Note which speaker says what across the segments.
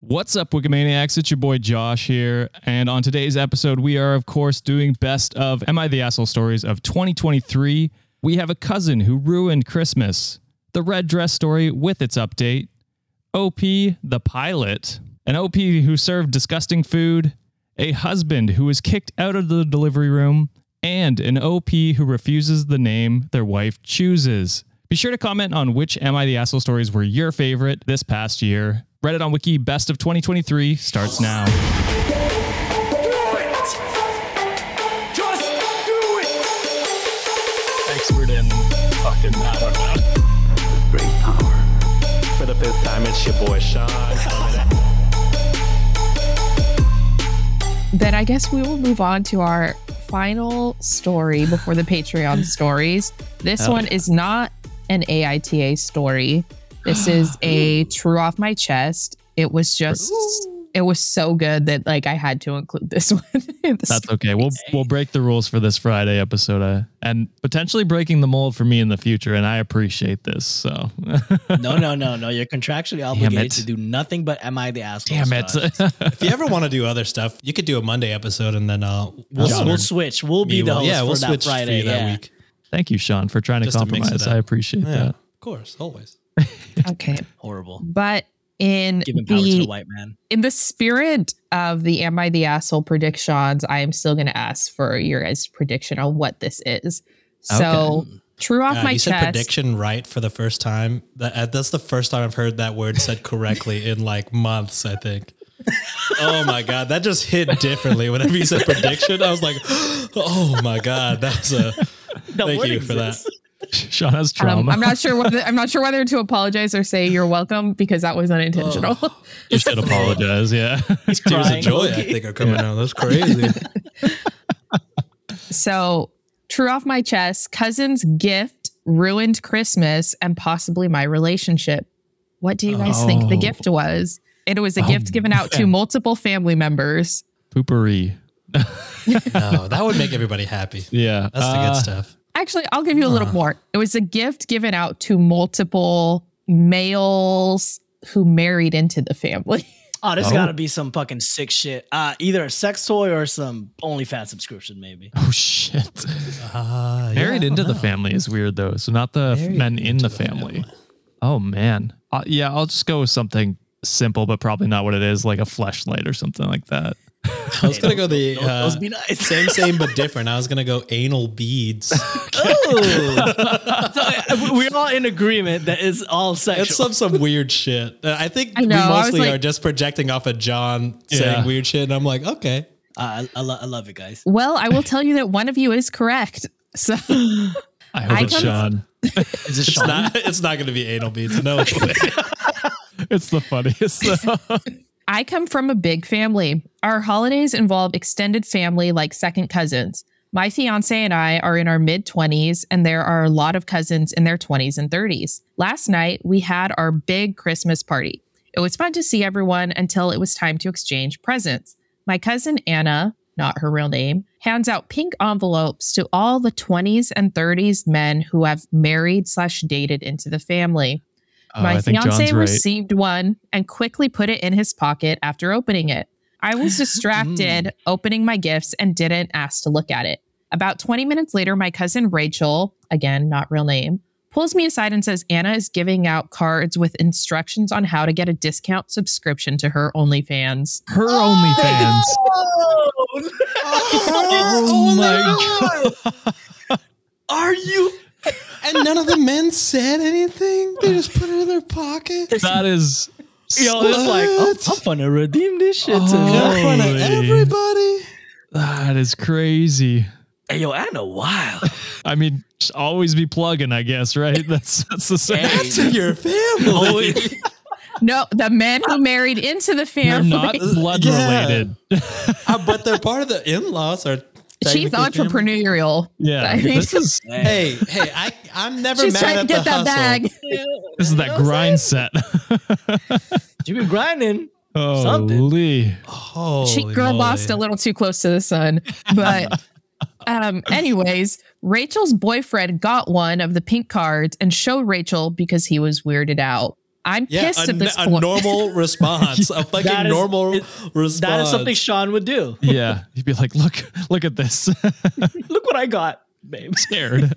Speaker 1: What's up, Wikimaniacs? It's your boy Josh here. And on today's episode, we are, of course, doing best of Am I the Asshole Stories of 2023. We have a cousin who ruined Christmas, the red dress story with its update, OP the pilot, an OP who served disgusting food, a husband who was kicked out of the delivery room, and an OP who refuses the name their wife chooses. Be sure to comment on which Am I the Asshole stories were your favorite this past year. Reddit on Wiki Best of 2023 starts now.
Speaker 2: Do it! Just do it!
Speaker 3: expert in fucking I don't know. Great power. For the fifth time, it's your boy Sean.
Speaker 4: then I guess we will move on to our final story before the Patreon stories. This one is not an AITA story. This is a true off my chest. It was just it was so good that like I had to include this one. in the
Speaker 1: That's okay. We'll we'll break the rules for this Friday episode, uh, and potentially breaking the mold for me in the future. And I appreciate this. So
Speaker 5: No, no, no, no. You're contractually
Speaker 1: it.
Speaker 5: obligated to do nothing but am I the asshole?
Speaker 1: damn it.
Speaker 5: Josh.
Speaker 6: If you ever want to do other stuff, you could do a Monday episode and then uh,
Speaker 5: We'll,
Speaker 6: John
Speaker 5: we'll
Speaker 6: or
Speaker 5: switch. We'll
Speaker 6: me
Speaker 5: be the
Speaker 6: will-
Speaker 5: host
Speaker 6: yeah,
Speaker 5: for
Speaker 6: we'll
Speaker 5: that
Speaker 6: switch
Speaker 5: Friday.
Speaker 6: for you that
Speaker 5: yeah.
Speaker 6: week.
Speaker 1: Thank you, Sean, for trying to
Speaker 6: Just to mix it
Speaker 1: compromise.
Speaker 6: up.
Speaker 1: I appreciate
Speaker 6: Yeah,
Speaker 1: that.
Speaker 6: of course, always.
Speaker 4: okay.
Speaker 5: Horrible.
Speaker 4: But in
Speaker 5: Giving power to the
Speaker 4: the
Speaker 5: white man.
Speaker 4: in the spirit of the am i the asshole predictions i am still going to ask for your guys prediction on what this is so true off
Speaker 6: God,
Speaker 4: my
Speaker 6: you said
Speaker 4: chest
Speaker 6: prediction right for the first time. That, uh, that's the first time I've heard that word said correctly in like months, I think. oh my god, that just hit differently. Whenever you said prediction, I was like, oh my god, that's a thank
Speaker 5: word
Speaker 6: you for that.
Speaker 5: exists.
Speaker 1: Sean has trauma.
Speaker 4: um, i'm not sure whether i'm not sure whether to apologize or say you're welcome because that was unintentional
Speaker 1: you should apologize. Yeah.
Speaker 5: He's
Speaker 6: Tears of
Speaker 5: crying.
Speaker 6: joy, I think, are coming out. That's crazy.
Speaker 4: so true off my chest cousin's gift ruined christmas and possibly my relationship what do you guys think the
Speaker 1: Oh.
Speaker 4: gift was it was a
Speaker 1: Oh,
Speaker 4: gift given out to
Speaker 1: man.
Speaker 4: multiple family members
Speaker 1: Poopery.
Speaker 6: no, that would make everybody happy.
Speaker 1: Yeah.
Speaker 6: That's the
Speaker 1: Uh,
Speaker 6: good stuff.
Speaker 4: Actually, I'll give you a little
Speaker 6: Huh.
Speaker 4: more. It was a gift given out to multiple males who married into the family.
Speaker 5: Oh, there's
Speaker 1: Oh.
Speaker 5: gotta be some fucking sick shit. Uh, either a sex toy or some OnlyFans subscription, maybe.
Speaker 1: Oh shit!
Speaker 6: Uh, yeah,
Speaker 1: Married
Speaker 6: I
Speaker 1: into
Speaker 6: don't
Speaker 1: the
Speaker 6: know.
Speaker 1: family is weird though. So not the
Speaker 6: Married
Speaker 1: men in
Speaker 6: into
Speaker 1: the
Speaker 6: the
Speaker 1: family.
Speaker 6: family.
Speaker 1: Oh man. Uh, yeah, I'll just go with something simple, but probably not what it is, like a fleshlight or something like that.
Speaker 6: I was gonna go the
Speaker 5: Those, those
Speaker 6: uh,
Speaker 5: be nice.
Speaker 6: Same, same, but different. I was gonna go anal beads.
Speaker 5: Oh. So, uh, we're all in agreement that it's all sexual.
Speaker 6: It's some some weird shit. Uh, I think
Speaker 4: I know,
Speaker 6: we
Speaker 4: I was
Speaker 6: mostly
Speaker 4: like-
Speaker 6: are just projecting off of John
Speaker 1: Yeah.
Speaker 6: saying weird shit, and I'm like, okay,
Speaker 5: Uh, I, I, lo- I love it, guys.
Speaker 4: well, I will tell you that one of you is correct. So
Speaker 1: I hope
Speaker 4: I
Speaker 1: it's
Speaker 4: don't-
Speaker 1: Sean.
Speaker 5: Is it
Speaker 6: it's
Speaker 5: Sean?
Speaker 6: not it's not gonna be anal beads. No, way.
Speaker 1: It's the funniest. though.
Speaker 4: I come from a big family. Our holidays involve extended family like second cousins. My fiance and I are in our mid 20s, and there are a lot of cousins in their 20s and 30s. Last night, we had our big Christmas party. It was fun to see everyone until it was time to exchange presents. My cousin Anna, not her real name, hands out pink envelopes to all the 20s and 30s men who have married slash dated into the family.
Speaker 6: Uh,
Speaker 1: Oh,
Speaker 4: My
Speaker 1: I think
Speaker 4: fiance
Speaker 1: John's right.
Speaker 4: received one and quickly put it in his pocket after opening it. I was
Speaker 6: Mm.
Speaker 4: distracted opening my gifts and didn't ask to look at it. About 20 minutes later, my cousin Rachel, again, not real name, pulls me aside and says Anna is giving out cards with instructions on how to get a discount subscription to her OnlyFans.
Speaker 1: Her OnlyFans.
Speaker 5: Oh,
Speaker 1: Oh my!
Speaker 5: are you?
Speaker 6: and none of the men said anything. They just put it in their pocket.
Speaker 1: God. That is.
Speaker 5: Yo, it's like I'm, I'm gonna redeem this shit tonight.
Speaker 6: In front
Speaker 1: Holy.
Speaker 6: of everybody.
Speaker 1: That is crazy.
Speaker 5: Hey, yo, Anna, wild.
Speaker 1: I mean, just always be plugging, I guess, right? That's that's the same.
Speaker 5: Hey. Oh.
Speaker 6: To your family.
Speaker 5: Always,
Speaker 4: No, the men who married into the
Speaker 1: They're
Speaker 4: family.
Speaker 1: not blood
Speaker 6: Yeah.
Speaker 1: related.
Speaker 6: Uh, but they're part of the in-laws are
Speaker 4: She's
Speaker 6: technically family.
Speaker 4: entrepreneurial.
Speaker 1: Yeah,
Speaker 4: I mean-
Speaker 1: this is
Speaker 6: Hey, hey, I I'm never
Speaker 4: She's
Speaker 6: mad
Speaker 4: trying
Speaker 6: at
Speaker 4: to get
Speaker 6: the
Speaker 4: that
Speaker 6: hustle.
Speaker 4: bag.
Speaker 1: this is that grind set.
Speaker 5: you been grinding. Something.
Speaker 1: Holy!
Speaker 6: Holy
Speaker 4: she girl
Speaker 6: moly.
Speaker 4: bossed a little too close to the sun. But um, anyways, Rachel's boyfriend got one of the pink cards and showed Rachel because he was weirded out. I'm
Speaker 6: Yeah,
Speaker 4: pissed
Speaker 6: a,
Speaker 4: at this
Speaker 6: a
Speaker 4: point.
Speaker 6: normal response, a fucking
Speaker 5: That is-
Speaker 6: normal
Speaker 5: it-
Speaker 6: response.
Speaker 5: That is something Sean would do.
Speaker 1: Yeah, you'd be like, look, look at this.
Speaker 5: Look what I got, babe.
Speaker 1: Scared.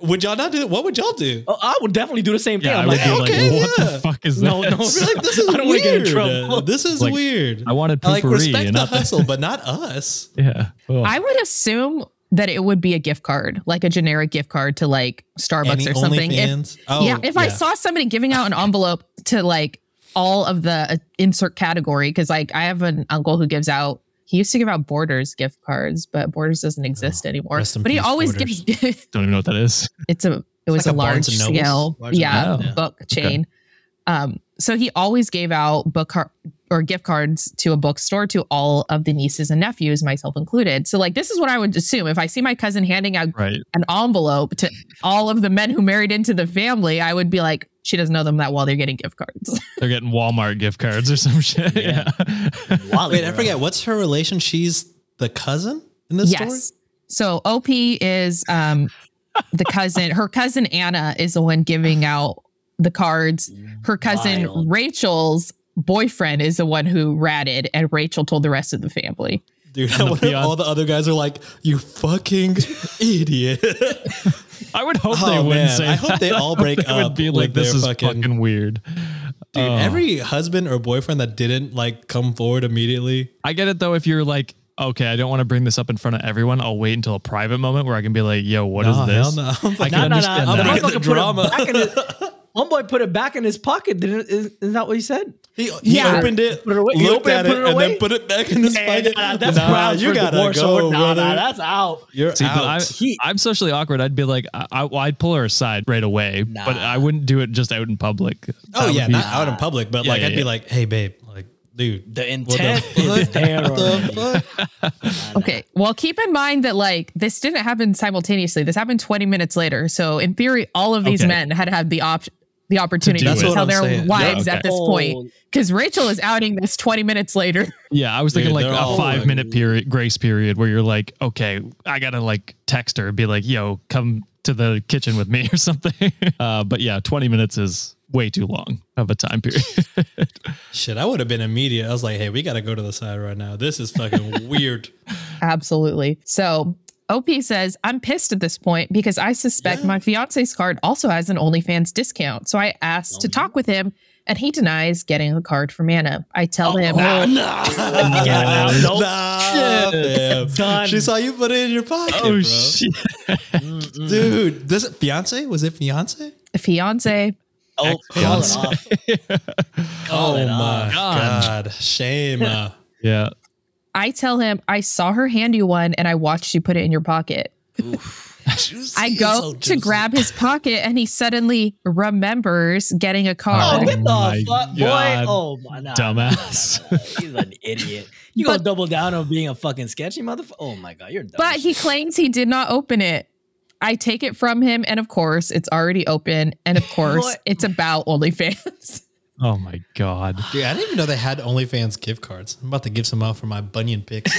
Speaker 6: would y'all not do? What would y'all do?
Speaker 5: Oh, I would definitely do the same thing.
Speaker 1: Yeah, I
Speaker 5: I'm
Speaker 1: would
Speaker 5: like,
Speaker 1: be like,
Speaker 6: okay,
Speaker 1: what
Speaker 6: yeah.
Speaker 1: the fuck is
Speaker 5: No, no,
Speaker 1: this?
Speaker 5: really.
Speaker 6: Like, this is
Speaker 5: I don't wanna
Speaker 6: weird.
Speaker 5: get in trouble.
Speaker 6: This is
Speaker 1: Like,
Speaker 6: weird.
Speaker 1: I wanted
Speaker 6: like
Speaker 1: poopery
Speaker 6: respect
Speaker 1: and
Speaker 6: the
Speaker 1: not the-
Speaker 6: hustle, but not us.
Speaker 1: Yeah. Oh, Ugh.
Speaker 4: I would assume that it would be a gift card, like a generic gift card to like Starbucks
Speaker 6: Any
Speaker 4: or something. If-
Speaker 6: OnlyFans? Oh,
Speaker 4: yeah, if I saw somebody giving out an envelope to like all of the uh, insert category, because like I have an uncle who gives out. He used to give out Borders gift cards, but Borders doesn't exist anymore.
Speaker 6: Oh, rest in
Speaker 4: But he
Speaker 6: peace,
Speaker 4: always
Speaker 6: Borders.
Speaker 4: gives.
Speaker 1: don't even know what that is.
Speaker 4: it's a. It was
Speaker 6: like
Speaker 4: a
Speaker 6: a
Speaker 4: large
Speaker 6: Barnes and Nobles.
Speaker 4: scale,
Speaker 5: Large
Speaker 4: yeah,
Speaker 1: amount.
Speaker 4: book chain. Um, so he always gave out book car- or gift cards to a bookstore to all of the nieces and nephews, myself included. So like this is what I would assume if I see my cousin handing out
Speaker 1: Right.
Speaker 4: an envelope to all of the men who married into the family, I would be like, she doesn't know them that well. They're getting gift cards.
Speaker 1: They're getting Walmart gift cards or some shit. Yeah.
Speaker 5: Wally
Speaker 6: Wait, I
Speaker 5: World.
Speaker 6: forget what's her relation. She's the cousin in this story.
Speaker 4: yes. So OP is um, the cousin. her cousin Anna is the one giving out the cards. Her cousin
Speaker 5: Wild.
Speaker 4: Rachel's boyfriend is the one who ratted, and Rachel told the rest of the family.
Speaker 6: Dude, what if
Speaker 1: peon.
Speaker 6: all the other guys are like, "You fucking idiot."
Speaker 1: I would hope they
Speaker 6: oh
Speaker 1: wouldn't
Speaker 6: man,
Speaker 1: say
Speaker 6: I hope
Speaker 1: that.
Speaker 6: they all break
Speaker 1: They
Speaker 6: up.
Speaker 1: would be like,
Speaker 6: with
Speaker 1: this
Speaker 6: their
Speaker 1: is fucking, weird.
Speaker 6: Dude,
Speaker 1: Oh.
Speaker 6: every husband or boyfriend that didn't like come forward immediately.
Speaker 1: I get it though if you're like, okay, I don't want to bring this up in front of everyone. I'll wait until a private moment where I can be like, yo, what is
Speaker 6: Nah,
Speaker 1: this?
Speaker 6: oh, hell no.
Speaker 1: I can
Speaker 5: No, no, no.
Speaker 1: understand
Speaker 5: I'm
Speaker 1: that.
Speaker 5: not
Speaker 6: Look at
Speaker 5: gonna
Speaker 6: the
Speaker 5: put it
Speaker 6: drama.
Speaker 5: back in his- One boy put it back in his pocket. Didn't is, is that what you said?
Speaker 6: He, he
Speaker 4: Yeah.
Speaker 6: opened it,
Speaker 5: Put it away. He
Speaker 6: looked
Speaker 5: opened it,
Speaker 6: at
Speaker 5: put
Speaker 6: it,
Speaker 5: it
Speaker 6: and
Speaker 5: away.
Speaker 6: then put it back in his pocket.
Speaker 5: Nah, that's
Speaker 6: nah,
Speaker 5: grounds
Speaker 6: you
Speaker 5: for
Speaker 6: gotta
Speaker 5: divorce.
Speaker 6: go,
Speaker 5: or- nah,
Speaker 6: brother.
Speaker 5: nah, that's out.
Speaker 6: You're
Speaker 1: See,
Speaker 6: out.
Speaker 1: but I, I'm socially awkward. I'd be like, I, I, well, I'd pull her aside right away, but I wouldn't do it just out in public.
Speaker 6: oh
Speaker 1: That
Speaker 6: yeah,
Speaker 1: would be-
Speaker 6: not out in public, but
Speaker 1: Yeah,
Speaker 6: like
Speaker 1: yeah,
Speaker 6: I'd be
Speaker 1: yeah.
Speaker 6: like, "Hey, babe, like, dude,
Speaker 5: The
Speaker 6: what the
Speaker 5: intent is
Speaker 6: fuck?
Speaker 5: there.
Speaker 6: What the
Speaker 5: already.
Speaker 6: fuck?
Speaker 4: Okay. Well, keep in mind that like this didn't happen simultaneously. This happened 20 minutes later. So in theory, all of these
Speaker 1: Okay.
Speaker 4: men had had the op- the opportunity
Speaker 1: do
Speaker 4: to,
Speaker 1: it. That's
Speaker 6: what
Speaker 4: tell
Speaker 6: I'm
Speaker 4: their
Speaker 6: saying. Yeah,
Speaker 4: wives
Speaker 1: okay.
Speaker 4: at this point because Rachel is outing this 20 minutes later.
Speaker 1: Yeah, I was
Speaker 6: Dude,
Speaker 1: thinking like
Speaker 6: they're all
Speaker 1: a five
Speaker 6: like-
Speaker 1: minute period grace period where you're like, okay, I gotta like text her, be like, yo, come to the kitchen with me or something. Uh, but yeah, 20 minutes is way too long of a time period.
Speaker 6: Shit, I would have been immediate. I was like, hey, we got to go to the side right now. This is fucking weird.
Speaker 4: Absolutely. So OP says, I'm pissed at this point because I suspect my fiance's card also has an OnlyFans discount. So I asked to talk with him and he denies getting the card from Anna. I tell him,
Speaker 5: Yeah, no, no.
Speaker 6: Nah, fam.
Speaker 5: Done. Oh,
Speaker 6: She saw you put it in your pocket,
Speaker 1: Oh,
Speaker 6: bro. Dude, this fiance? Was it fiance?
Speaker 4: fiance,
Speaker 5: Oh, call it off.
Speaker 6: Oh,
Speaker 5: it
Speaker 6: my
Speaker 5: up.
Speaker 1: God.
Speaker 6: god. Shame. uh,
Speaker 1: Yeah.
Speaker 4: I tell him, I saw her hand you one and I watched you put it in your pocket.
Speaker 6: juicy,
Speaker 4: I go
Speaker 6: so
Speaker 4: to
Speaker 6: juicy.
Speaker 4: grab his pocket and he suddenly remembers getting a
Speaker 5: Oh,
Speaker 4: card.
Speaker 5: get the
Speaker 1: my
Speaker 5: fuck,
Speaker 1: God.
Speaker 5: boy! Oh my,
Speaker 6: Ah.
Speaker 5: nah,
Speaker 1: Dumbass.
Speaker 5: nah, he's an idiot. You gonna
Speaker 4: But-
Speaker 5: double down on being a fucking sketchy motherfucker? Oh my god, you're dumb.
Speaker 4: But he claims he did not open it. I take it from him, and of course, it's already open. And of course,
Speaker 5: What?
Speaker 4: it's about OnlyFans.
Speaker 1: Oh my God.
Speaker 6: Dude, I didn't even know they had OnlyFans gift cards. I'm about to give some out for my bunion pics.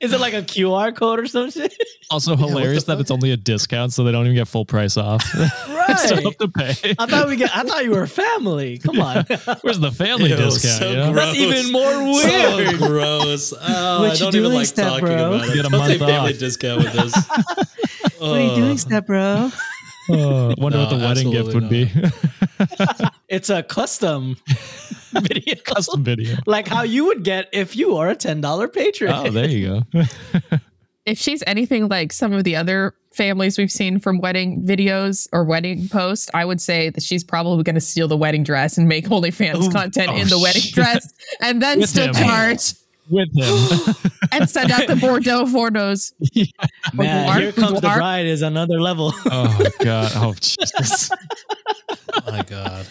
Speaker 5: is it like a QR code or some shit?
Speaker 1: Also hilarious that
Speaker 6: fuck?
Speaker 1: it's only a discount, so they don't even get full price off.
Speaker 5: right.
Speaker 1: Still have to pay.
Speaker 5: I thought we get. I thought you were family. Come on, that's
Speaker 1: Where's the family
Speaker 6: Ew,
Speaker 1: discount?
Speaker 6: so
Speaker 1: yeah?
Speaker 6: gross.
Speaker 5: even more
Speaker 6: so
Speaker 5: weird.
Speaker 6: gross. Oh,
Speaker 5: What
Speaker 6: I
Speaker 5: you
Speaker 6: don't even
Speaker 5: doing,
Speaker 6: like
Speaker 5: step
Speaker 6: talking
Speaker 5: bro?
Speaker 6: about it.
Speaker 1: Get a
Speaker 6: Don't say
Speaker 1: month
Speaker 6: family
Speaker 1: off.
Speaker 6: discount with this.
Speaker 5: what are you doing, step bro?
Speaker 1: Uh, wonder what the
Speaker 6: No,
Speaker 1: wedding gift would
Speaker 6: absolutely
Speaker 1: be.
Speaker 5: It's a custom video,
Speaker 1: Custom video.
Speaker 5: like how you would get if you are a ten dollar patron.
Speaker 1: Oh, there you go.
Speaker 4: if she's anything like some of the other families we've seen from wedding videos or wedding posts, I would say that she's probably going to steal the wedding dress and make OnlyFans content
Speaker 1: oh,
Speaker 4: in the wedding
Speaker 1: shit.
Speaker 4: dress, and then
Speaker 1: With
Speaker 4: still
Speaker 1: him.
Speaker 4: charge
Speaker 1: With him.
Speaker 4: and send out the Bordeaux photos.
Speaker 5: Man,
Speaker 4: Boudoir,
Speaker 5: here comes
Speaker 4: boudoir.
Speaker 5: the bride is another level.
Speaker 1: oh God. Oh Jesus.
Speaker 6: Oh my god.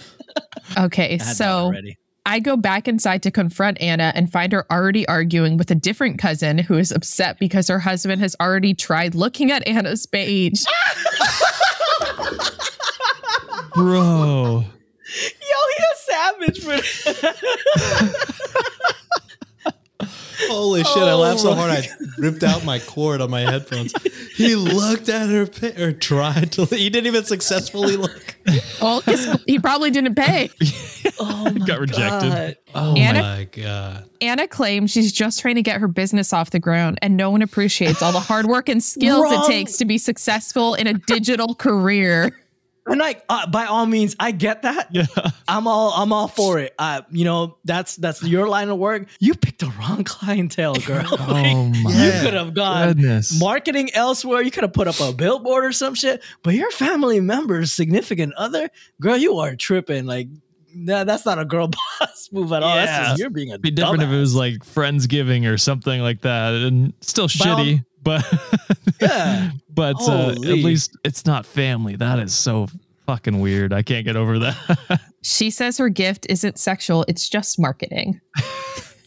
Speaker 4: Okay,
Speaker 5: Had that
Speaker 4: so.
Speaker 5: already.
Speaker 4: I go back inside to confront Anna and find her already arguing with a different cousin who is upset because her husband has already tried looking at Anna's page.
Speaker 1: Bro.
Speaker 5: yo, he a savage for.
Speaker 6: Holy shit! I laughed so
Speaker 5: Oh
Speaker 6: hard
Speaker 5: my
Speaker 6: I ripped out my cord on my headphones. He looked at her pi- or tried to. He didn't even successfully look.
Speaker 4: Well, 'cause he probably didn't pay.
Speaker 5: Oh my
Speaker 1: Got rejected.
Speaker 5: God.
Speaker 6: Oh
Speaker 4: Anna-
Speaker 6: my god.
Speaker 4: Anna claims she's just trying to get her business off the ground, and no one appreciates all the hard work and skills
Speaker 5: Wrong.
Speaker 4: it takes to be successful in a digital career.
Speaker 5: And like, uh, by all means, I get that.
Speaker 1: Yeah.
Speaker 5: I'm all, I'm all for it. Uh, you know, that's that's your line of work. You picked the wrong clientele, girl. Like,
Speaker 1: Oh my
Speaker 5: you could have gone
Speaker 1: goodness.
Speaker 5: marketing elsewhere. You could have put up a billboard or some shit. But your family members, significant other, girl, you are tripping. Like, nah, that's not a girl boss move at all. That's
Speaker 1: Yeah.
Speaker 5: just- you're being a
Speaker 1: be different if it
Speaker 5: dumbass.
Speaker 1: was like Friendsgiving or something like that, and still
Speaker 5: all-
Speaker 1: shitty, but
Speaker 5: Yeah.
Speaker 1: but uh, at
Speaker 5: Holy.
Speaker 1: least it's not family. That is so fucking weird. I can't get over that.
Speaker 4: She says her gift isn't sexual, it's just marketing.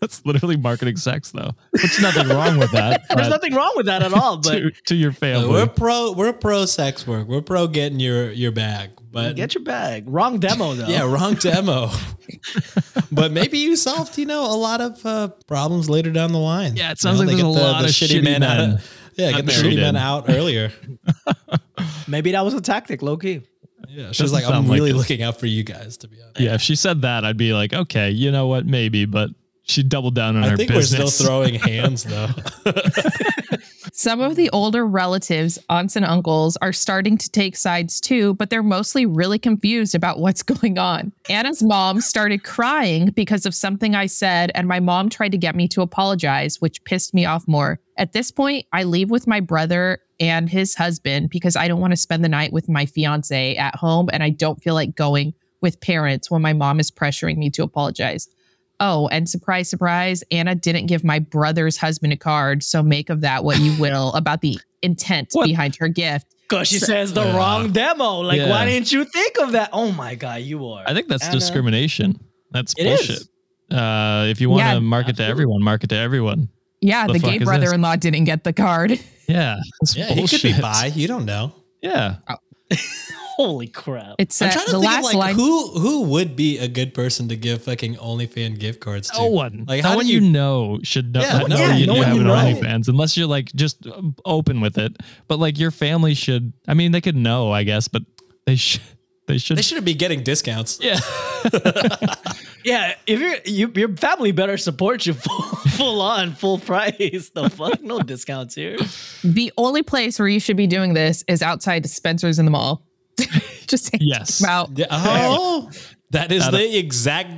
Speaker 1: That's literally marketing sex, though. Which nothing wrong with that.
Speaker 5: There's
Speaker 1: but
Speaker 5: nothing wrong with that at all. But
Speaker 1: to, to your
Speaker 6: We're
Speaker 1: family.
Speaker 6: pro. We're pro sex work. We're pro getting your your bag. But
Speaker 5: get your bag. Wrong demo though.
Speaker 6: yeah, wrong demo. but maybe you solved you know a lot of uh, problems later down the line.
Speaker 1: Yeah, it sounds
Speaker 6: You know,
Speaker 1: like
Speaker 6: they
Speaker 1: there's
Speaker 6: get
Speaker 1: a lot of shitty men.
Speaker 6: out. Of, yeah, get the
Speaker 1: sure he
Speaker 6: shitty men
Speaker 1: did.
Speaker 6: out earlier.
Speaker 5: Maybe that was a tactic, low key.
Speaker 6: Yeah, she was
Speaker 1: Doesn't
Speaker 6: like,
Speaker 1: sound
Speaker 6: I'm
Speaker 1: like
Speaker 6: really
Speaker 1: it.
Speaker 6: looking out for you guys. To be honest,
Speaker 1: Yeah, if she said that, I'd be like, okay, you know what, maybe, but she doubled down on
Speaker 6: I
Speaker 1: her
Speaker 6: think
Speaker 1: business.
Speaker 6: we're still throwing hands though.
Speaker 4: Some of the older relatives, aunts and uncles, are starting to take sides too, but they're mostly really confused about what's going on. Anna's mom started crying because of something I said, and my mom tried to get me to apologize, which pissed me off more. At this point, I leave with my brother and his husband because I don't want to spend the night with my fiance at home, and I don't feel like going with parents when my mom is pressuring me to apologize. Oh, and surprise, surprise, Anna didn't give my brother's husband a card. So make of that what you will about the intent
Speaker 5: What?
Speaker 4: behind her gift.
Speaker 5: Cause she says the
Speaker 6: Yeah.
Speaker 5: wrong demo. Like, why
Speaker 1: Yeah.
Speaker 5: didn't you think of that? Oh my god, you are.
Speaker 1: I think that's
Speaker 5: Anna.
Speaker 1: discrimination. That's
Speaker 5: It is.
Speaker 1: bullshit. Uh, if you want to
Speaker 4: Yeah,
Speaker 1: market to
Speaker 5: absolutely.
Speaker 1: everyone, market to everyone.
Speaker 4: Yeah,
Speaker 1: The
Speaker 4: the,
Speaker 1: fuck
Speaker 4: gay
Speaker 1: is this?
Speaker 4: brother in law didn't get the card.
Speaker 1: Yeah, that's
Speaker 6: yeah, he could be
Speaker 1: bullshit.
Speaker 6: bi. You don't know.
Speaker 1: Yeah,
Speaker 5: Holy crap.
Speaker 4: It
Speaker 6: I'm
Speaker 4: says
Speaker 6: trying to
Speaker 4: uh, the
Speaker 6: think of
Speaker 4: last
Speaker 6: like
Speaker 4: line.
Speaker 6: who who would be a good person to give fucking OnlyFans gift cards to.
Speaker 1: no one.
Speaker 6: Like,
Speaker 1: Like,
Speaker 6: how
Speaker 1: no
Speaker 6: do
Speaker 1: one you,
Speaker 6: you-
Speaker 1: know should know.
Speaker 6: Yeah,
Speaker 1: no,
Speaker 6: no
Speaker 1: one
Speaker 5: one
Speaker 1: you
Speaker 5: you
Speaker 1: know
Speaker 5: know.
Speaker 1: have an
Speaker 5: No.
Speaker 1: OnlyFans unless you're like just um, open with it. But like your family should. I mean, they could know, I guess, but they should. They should.
Speaker 6: They shouldn't be getting discounts.
Speaker 1: yeah.
Speaker 5: Yeah, if your you, your family better support you full, full on, full price. The fuck, no discounts here.
Speaker 4: the only place where you should be doing this is outside Spencer's in the mall. Just saying
Speaker 1: Yes.
Speaker 4: about
Speaker 6: Yeah, Oh, that is
Speaker 1: Not a-
Speaker 6: the exact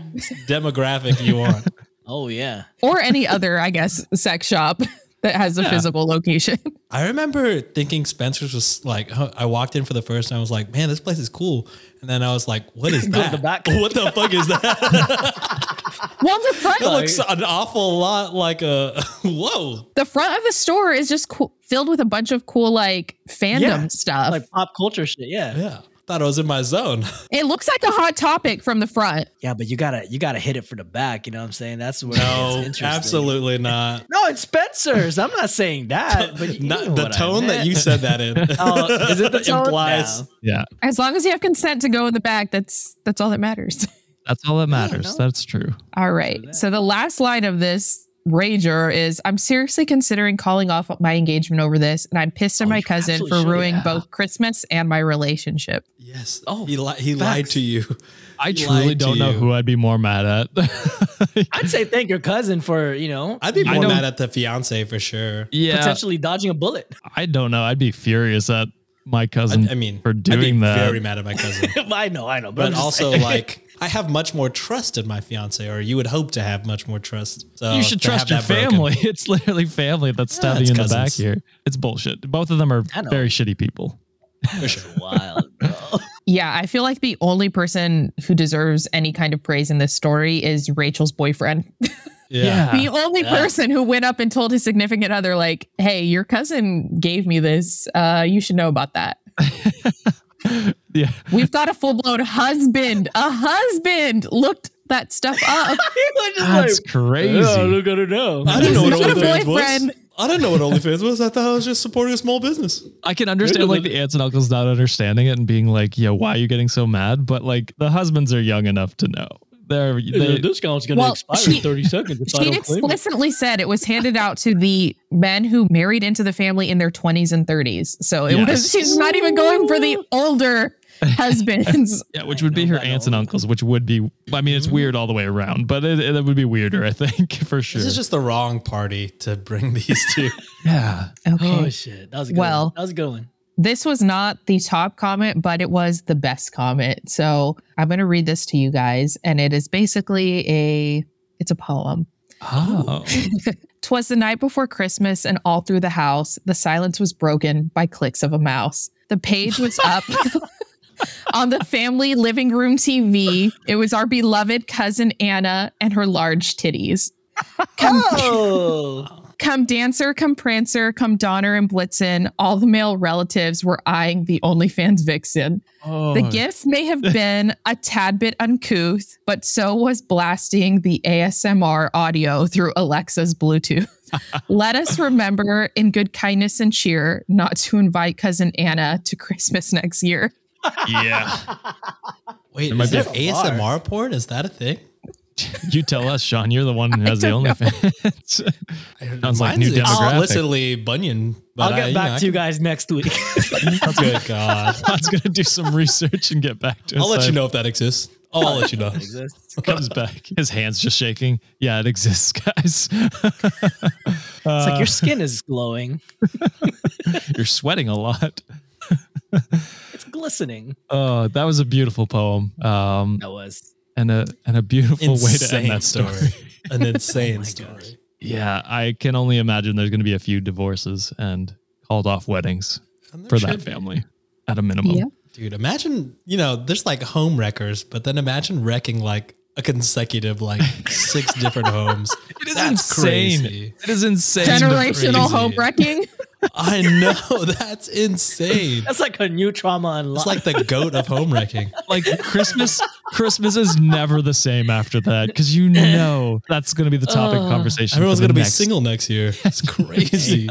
Speaker 6: demographic you want.
Speaker 5: Oh yeah,
Speaker 4: or any other, I guess, sex shop that has a
Speaker 1: Yeah.
Speaker 4: physical location.
Speaker 6: I remember thinking Spencer's was like, huh, I walked in for the first time. I was like, man, this place is cool. And then I was like, what is
Speaker 5: Go to
Speaker 6: that?
Speaker 5: the back.
Speaker 6: What the fuck is that?
Speaker 4: well, the front
Speaker 6: That looks an awful lot like a, whoa.
Speaker 4: the front of the store is just cool, filled with a bunch of cool like fandom
Speaker 5: Yeah,
Speaker 4: stuff.
Speaker 5: like pop culture shit. Yeah,
Speaker 6: Yeah. Thought I was in my zone.
Speaker 4: it looks like a hot topic from the front.
Speaker 5: yeah, but you gotta you gotta hit it for the back. You know what I'm saying? That's where it's
Speaker 6: No,
Speaker 5: interesting.
Speaker 6: absolutely not.
Speaker 5: No, it's Spencer's. I'm not saying that, but you know
Speaker 6: Not the
Speaker 5: what I
Speaker 6: tone that
Speaker 5: meant.
Speaker 6: you said that in.
Speaker 5: Oh, is it the tone?
Speaker 6: implies
Speaker 5: No.
Speaker 1: Yeah.
Speaker 4: As long as you have consent to go in the back, that's that's all that matters.
Speaker 1: That's all that matters.
Speaker 5: no.
Speaker 1: That's true.
Speaker 4: All right. So the last line of this rager is I'm seriously considering calling off my engagement over this and I'm pissed at
Speaker 5: Oh,
Speaker 4: my
Speaker 5: you
Speaker 4: cousin for
Speaker 5: absolutely should,
Speaker 4: ruining
Speaker 5: yeah.
Speaker 4: both Christmas and my relationship.
Speaker 6: Yes.
Speaker 5: Oh,
Speaker 6: he, li- he lied
Speaker 5: facts.
Speaker 6: to you.
Speaker 1: I
Speaker 6: He
Speaker 1: truly
Speaker 6: lied to
Speaker 1: don't know
Speaker 6: you.
Speaker 1: who I'd be more mad at.
Speaker 5: I'd say thank your cousin for you know
Speaker 6: I'd be
Speaker 1: I
Speaker 6: more
Speaker 1: know-
Speaker 6: mad at the fiance for sure.
Speaker 1: yeah.
Speaker 5: potentially dodging a bullet.
Speaker 1: I don't know. I'd be furious at my cousin.
Speaker 6: I, I mean,
Speaker 1: for
Speaker 6: I'd be
Speaker 1: doing that.
Speaker 6: very mad at my cousin.
Speaker 5: I know, I know, but,
Speaker 6: but
Speaker 5: I'm just
Speaker 6: also
Speaker 5: saying.
Speaker 6: like I have much more trust in my fiance, or you would hope to have much more trust. So
Speaker 1: you should
Speaker 6: to Oh, have
Speaker 1: trust your
Speaker 6: that broken-
Speaker 1: family. It's literally family that's stabbing
Speaker 6: it's
Speaker 1: you in the back
Speaker 6: cousins.
Speaker 1: here. It's bullshit. Both of them are
Speaker 5: I know.
Speaker 1: very shitty people.
Speaker 6: For sure.
Speaker 5: wild. bro.
Speaker 4: Yeah, I feel like the only person who deserves any kind of praise in this story is Rachel's boyfriend.
Speaker 6: Yeah.
Speaker 4: the only
Speaker 5: Ah, yeah.
Speaker 4: person who went up and told his significant other like, "Hey, your cousin gave me this. Uh, you should know about that."
Speaker 1: Yeah.
Speaker 4: We've got a full-blown husband. A husband looked that stuff up.
Speaker 5: He was just
Speaker 1: That's
Speaker 5: like,
Speaker 1: crazy.
Speaker 5: "Yeah, look at her now.
Speaker 6: I didn't know what
Speaker 4: He's not a
Speaker 6: OnlyFans was.
Speaker 4: boyfriend.
Speaker 6: I didn't know what OnlyFans was. I thought I was just supporting a small business.
Speaker 1: I can understand like the aunts and uncles not understanding it and being like, yeah, why are you getting so mad? But like the husbands are young enough to know. There,
Speaker 3: The
Speaker 1: they,
Speaker 3: discount's going to
Speaker 4: Well,
Speaker 3: expire
Speaker 4: she-
Speaker 3: in 30 seconds if I
Speaker 4: She
Speaker 3: don't claim it.
Speaker 4: explicitly said it was handed out to the men who married into the family in their 20s and 30s. So it was
Speaker 1: Yes.
Speaker 4: she's not even going for the older husbands.
Speaker 1: yeah, which would be her aunts and uncles, which would be. I mean, it's weird all the way around, but it, it would be weirder, I think, for sure.
Speaker 6: This is just the wrong party to bring these to.
Speaker 1: yeah,
Speaker 4: Okay.
Speaker 5: Oh shit, that was a good
Speaker 4: Well-
Speaker 5: one. that was a good one.
Speaker 4: this was not the top comment, but it was the best comment. So I'm going to read this to you guys and it is basically a it's a poem.
Speaker 1: oh,
Speaker 4: Twas the night before Christmas, and all through the house, the silence was broken by clicks of a mouse. The page was up on the family living room TV. It was our beloved cousin Anna and her large titties. Come,
Speaker 5: Oh,
Speaker 4: come Dancer, come Prancer, come Donner and Blitzen. All the male relatives were eyeing the OnlyFans vixen.
Speaker 1: Oh,
Speaker 4: The gifts may have been a tad bit uncouth, but so was blasting the ASMR audio through Alexa's Bluetooth. Let us remember in good kindness and cheer not to invite cousin Anna to Christmas next year.
Speaker 1: yeah.
Speaker 6: Wait,
Speaker 1: It might
Speaker 6: is
Speaker 1: be
Speaker 6: there
Speaker 1: a
Speaker 5: bar.
Speaker 6: ASMR porn? Is that a thing?
Speaker 1: You tell us, Sean. You're the one who has the
Speaker 4: don't know.
Speaker 1: OnlyFans. Sounds like new
Speaker 6: Mine's
Speaker 1: demographic.
Speaker 6: Explicitly Bunyan.
Speaker 5: I'll
Speaker 6: But
Speaker 5: get
Speaker 6: I,
Speaker 5: back to you
Speaker 6: know,
Speaker 5: guys next week.
Speaker 6: I- Good God.
Speaker 1: I was gonna do some research and get back to. us.
Speaker 6: I'll let
Speaker 1: I-
Speaker 6: you know if that exists. Oh, I'll let you know.
Speaker 5: Exists.
Speaker 1: Comes back. His hands just shaking. Yeah, it exists, guys.
Speaker 5: It's like your skin is glowing,
Speaker 1: You're sweating a lot.
Speaker 5: it's glistening.
Speaker 1: Oh, that was a beautiful poem. Um,
Speaker 5: That was
Speaker 1: and a and a beautiful way to end
Speaker 6: Insane
Speaker 1: that story. Oh
Speaker 6: An insane story.
Speaker 5: gosh.
Speaker 1: Yeah, I can only imagine there's going to be a few divorces and called off weddings
Speaker 6: And there
Speaker 1: for
Speaker 6: should
Speaker 1: that
Speaker 6: be.
Speaker 1: family at a minimum.
Speaker 4: Yeah.
Speaker 6: Dude, imagine, you know, there's like home wreckers, but then imagine wrecking like a consecutive, like six different homes.
Speaker 1: It is
Speaker 6: That's
Speaker 1: insane.
Speaker 6: crazy.
Speaker 1: It is insane.
Speaker 4: Generational
Speaker 6: crazy.
Speaker 4: home wrecking.
Speaker 6: I know. That's insane.
Speaker 5: that's like a new trauma
Speaker 6: It's
Speaker 5: unlocked.
Speaker 6: like the goat of home wrecking.
Speaker 1: Like Christmas, Christmas is never the same after that because you know that's going to be the topic of conversation. for
Speaker 6: Everyone's
Speaker 1: the
Speaker 6: gonna be
Speaker 1: next-
Speaker 6: single next year. It's crazy.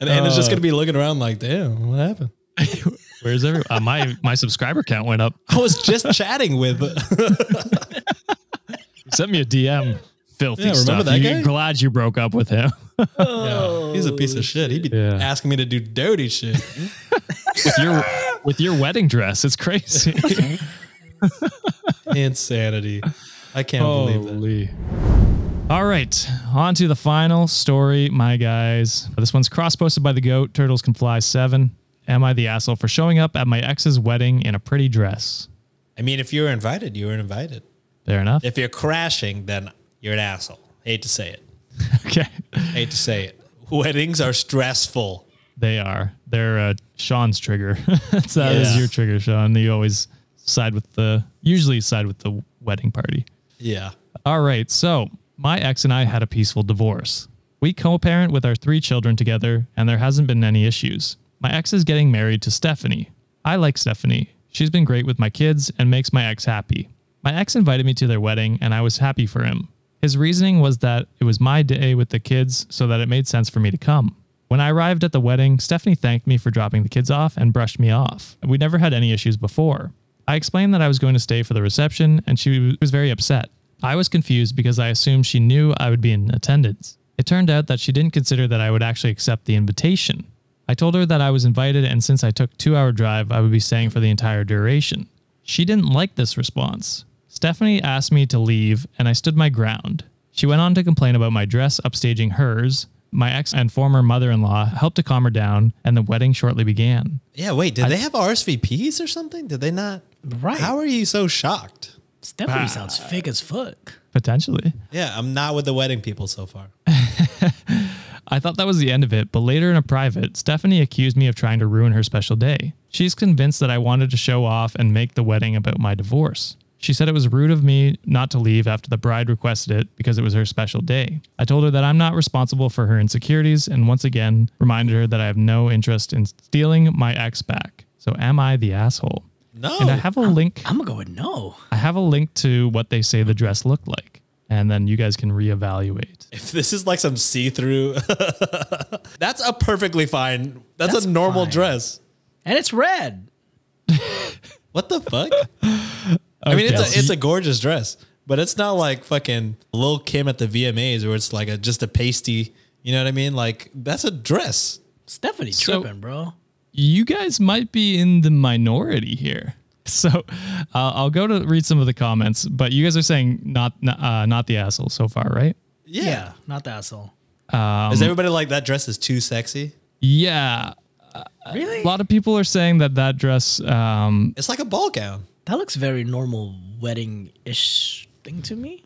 Speaker 6: And Anna's just
Speaker 1: Uh,
Speaker 6: gonna be looking around like, damn, what happened?
Speaker 1: Where's everyone? Uh, my my subscriber count went up.
Speaker 6: I was just chatting with.
Speaker 1: Sent me a DM. Filthy
Speaker 6: Yeah, remember
Speaker 1: stuff.
Speaker 6: that
Speaker 1: You-
Speaker 6: guy?
Speaker 1: Glad you broke up with him.
Speaker 6: Yeah, he's a piece of shit. He'd be
Speaker 1: Yeah.
Speaker 6: asking me to do dirty shit.
Speaker 1: with your with your wedding dress. It's crazy.
Speaker 6: Insanity. I can't believe that.
Speaker 1: All right, on to the final story, my guys. This one's cross posted by the goat. Turtles can fly seven. Am I the asshole for showing up at my ex's wedding in a pretty dress?
Speaker 6: I mean, if you were invited, you were invited.
Speaker 1: Fair enough.
Speaker 6: If you're crashing, then you're an asshole. Hate to say it.
Speaker 1: Okay,
Speaker 6: Hate to say it. Weddings are stressful.
Speaker 1: they are. They're uh, Sean's trigger. That's that is
Speaker 6: Yeah.
Speaker 1: your trigger, Sean. You always side with the usually side with the wedding party.
Speaker 6: Yeah.
Speaker 1: All right. So, my ex and I had a peaceful divorce. We co parent with our three children together, and there hasn't been any issues. My ex is getting married to Stephanie. I like Stephanie. She's been great with my kids and makes my ex happy. My ex invited me to their wedding, and I was happy for him. His reasoning was that it was my day with the kids, so that it made sense for me to come. When I arrived at the wedding, Stephanie thanked me for dropping the kids off and brushed me off. We never had any issues before. I explained that I was going to stay for the reception, and she was very upset. I was confused because I assumed she knew I would be in attendance. It turned out that she didn't consider that I would actually accept the invitation. I told her that I was invited, and since I took two hour drive, I would be staying for the entire duration. She didn't like this response. Stephanie asked me to leave, and I stood my ground. She went on to complain about my dress upstaging hers. My ex and former mother in law helped to calm her down, and the wedding shortly began.
Speaker 6: Yeah. Wait, did they have RSVPs or something? Did they not?
Speaker 5: Right.
Speaker 6: How are you so shocked?
Speaker 5: Stephanie sounds fake as fuck.
Speaker 1: Potentially.
Speaker 6: Yeah, I'm not with the wedding people so far.
Speaker 1: I thought that was the end of it, but later in a private, Stephanie accused me of trying to ruin her special day. She's convinced that I wanted to show off and make the wedding about my divorce. She said it was rude of me not to leave after the bride requested it because it was her special day. I told her that I'm not responsible for her insecurities and once again reminded her that I have no interest in stealing my ex back. So am I the asshole?
Speaker 6: No.
Speaker 1: And I have a link
Speaker 5: I'm gonna go with no.
Speaker 1: I have a link to what they say the dress looked like and then you guys can reevaluate.
Speaker 6: if this is like some see-through, that's a perfectly fine. That's,
Speaker 5: That's
Speaker 6: a normal
Speaker 5: fine.
Speaker 6: dress.
Speaker 5: And it's red.
Speaker 6: What the fuck? I mean, it's
Speaker 1: Okay.
Speaker 6: a, it's a gorgeous dress, but it's not like fucking Lil Kim at the VMAs where it's like a just a pasty. You know what I mean? Like that's a dress.
Speaker 5: Stephanie
Speaker 1: So-
Speaker 5: tripping, bro.
Speaker 1: you guys might be in the minority here. So uh, I'll go to read some of the comments, but you guys are saying not uh, not the asshole so far, right?
Speaker 6: Yeah.
Speaker 5: Yeah. not the asshole.
Speaker 1: Um,
Speaker 6: Is everybody like that dress is too sexy?
Speaker 1: Yeah,
Speaker 5: Really?
Speaker 1: a lot of people are saying that that dress. Um,
Speaker 6: It's like a ball gown.
Speaker 5: That looks very normal wedding ish thing to me.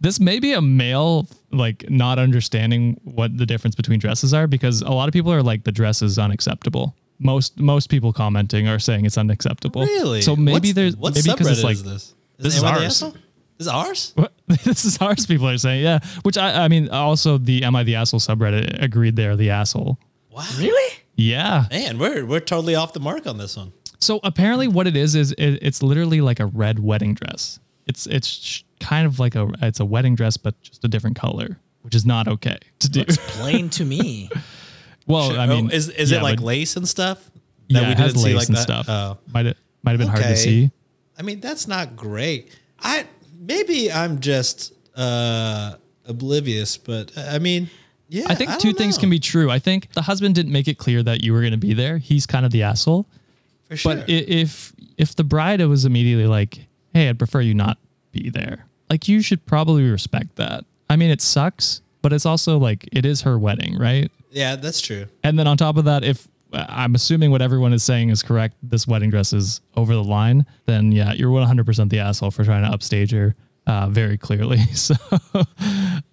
Speaker 1: this may be a male like not understanding what the difference between dresses are because a lot of people are like the dress is unacceptable. Most most people commenting are saying it's unacceptable.
Speaker 6: Really?
Speaker 1: So maybe
Speaker 6: What's-
Speaker 1: there's
Speaker 6: what
Speaker 1: maybe because
Speaker 6: subreddit
Speaker 1: it's like
Speaker 6: is this?
Speaker 1: this is
Speaker 6: Am I the
Speaker 1: ours.
Speaker 6: asshole? This is ours?
Speaker 1: What? this is ours. People are saying, yeah. Which I, I mean, also the "Am I the asshole?" subreddit agreed they're the asshole.
Speaker 6: Wow.
Speaker 5: Really?
Speaker 1: Yeah.
Speaker 6: Man, we're we're totally off the mark on this one.
Speaker 1: So apparently, what it is is it, it's literally like a red wedding dress. It's it's sh- kind of like a it's a wedding dress, but just a different color, which is not okay to do.
Speaker 5: Plain to me.
Speaker 1: well, I mean,
Speaker 6: Oh, is is
Speaker 1: yeah,
Speaker 6: it like
Speaker 1: but-
Speaker 6: lace and stuff?
Speaker 1: yeah, it has lace and
Speaker 6: that?
Speaker 1: stuff.
Speaker 6: Oh.
Speaker 1: Might have, might have been hard
Speaker 6: Okay.
Speaker 1: to see.
Speaker 6: I mean, that's not great. I maybe I'm just uh oblivious, but uh, I mean, yeah.
Speaker 1: I think
Speaker 6: don't
Speaker 1: two things
Speaker 6: know,
Speaker 1: can be true. I think the husband didn't make it clear that you were going to be there. He's kind of the asshole.
Speaker 6: for sure.
Speaker 1: But i if if the bride was immediately like, "Hey, I'd prefer you not be there," like you should probably respect that. I mean, it sucks, but it's also like it is her wedding, right?
Speaker 6: yeah, that's true.
Speaker 1: And then on top of that, if uh, I'm assuming what everyone is saying is correct, this wedding dress is over the line. Then yeah, you're 100% the asshole for trying to upstage her uh, very clearly. So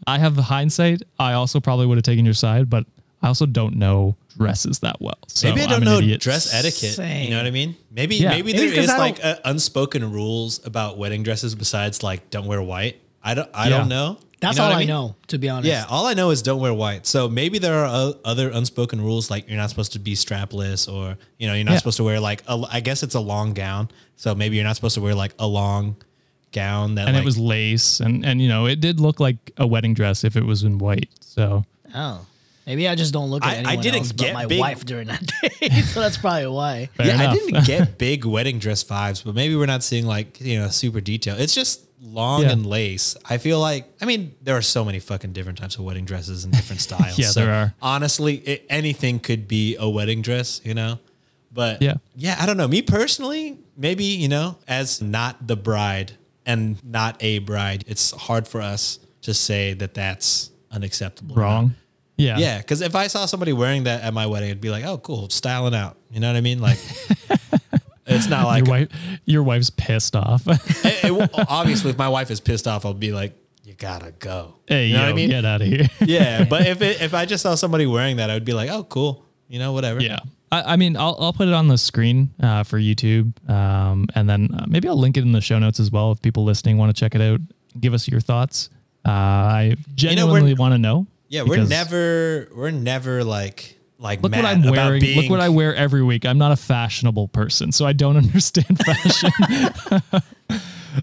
Speaker 1: I have hindsight. I also probably would have taken your side, but I also don't know dresses that well. So
Speaker 6: Maybe I
Speaker 1: I'm
Speaker 6: don't
Speaker 1: an
Speaker 6: know
Speaker 1: idiot.
Speaker 6: dress etiquette. You
Speaker 5: Same.
Speaker 6: know what I mean? Maybe
Speaker 1: Yeah.
Speaker 6: maybe
Speaker 5: Maybe
Speaker 6: there
Speaker 5: 'cause
Speaker 6: is
Speaker 5: I
Speaker 6: like
Speaker 5: don't-
Speaker 6: uh unspoken rules about wedding dresses besides like don't wear white. I don't I
Speaker 1: Yeah.
Speaker 6: don't know.
Speaker 5: That's
Speaker 6: You know
Speaker 5: all
Speaker 6: what
Speaker 5: I,
Speaker 6: mean?
Speaker 5: know, to be honest.
Speaker 6: Yeah, all I know is don't wear white. So maybe there are o- other unspoken rules like you're not supposed to be strapless or you know you're not
Speaker 1: Yeah.
Speaker 6: supposed to wear like a, I guess it's a long gown. So maybe you're not supposed to wear like a long gown that
Speaker 1: and
Speaker 6: like,
Speaker 1: it was lace and and you know it did look like a wedding dress if it was in white so
Speaker 5: Oh. Maybe I just don't look at
Speaker 6: I- I
Speaker 5: anyone
Speaker 6: didn't
Speaker 5: else
Speaker 6: get
Speaker 5: but my
Speaker 6: big-
Speaker 5: wife during that day. so that's probably why.
Speaker 1: fair
Speaker 6: yeah,
Speaker 1: enough
Speaker 6: I didn't get big wedding dress vibes, but maybe we're not seeing like you know super detail. It's just long
Speaker 1: Yeah.
Speaker 6: and lace. I feel like I mean there are so many fucking different types of wedding dresses and different styles.
Speaker 1: Yeah,
Speaker 6: so
Speaker 1: there are.
Speaker 6: Honestly, i anything could be a wedding dress, you know. But
Speaker 1: Yeah.
Speaker 6: yeah, I don't know. Me personally, maybe you know, as not the bride and not a bride, it's hard for us to say that that's unacceptable. or not.
Speaker 1: wrong yeah
Speaker 6: Yeah, because if I saw somebody wearing that at my wedding, it'd be like, oh, cool, styling out. You know what I mean? Like, it's not like
Speaker 1: your wife your wife's pissed off
Speaker 6: it- it- obviously if my wife is pissed off, I'll be like, you gotta go.
Speaker 1: hey
Speaker 6: you
Speaker 1: yo, get out of here
Speaker 6: Yeah, but if it, if I just saw somebody wearing that, I would be like, oh, cool. You know, whatever.
Speaker 1: yeah I, I mean I'll, I'll put it on the screen uh, for youtube um, and then uh, maybe i'll link it in the show notes as well if people listening want to check it out give us your thoughts uh, i
Speaker 6: we're-
Speaker 1: genuinely want to know
Speaker 6: Yeah, we're
Speaker 1: because
Speaker 6: never we're never like like
Speaker 1: Look
Speaker 6: mad
Speaker 1: what I'm
Speaker 6: about
Speaker 1: wearing.
Speaker 6: Being,
Speaker 1: Look what I wear every week. I'm not a fashionable person, so I don't understand fashion.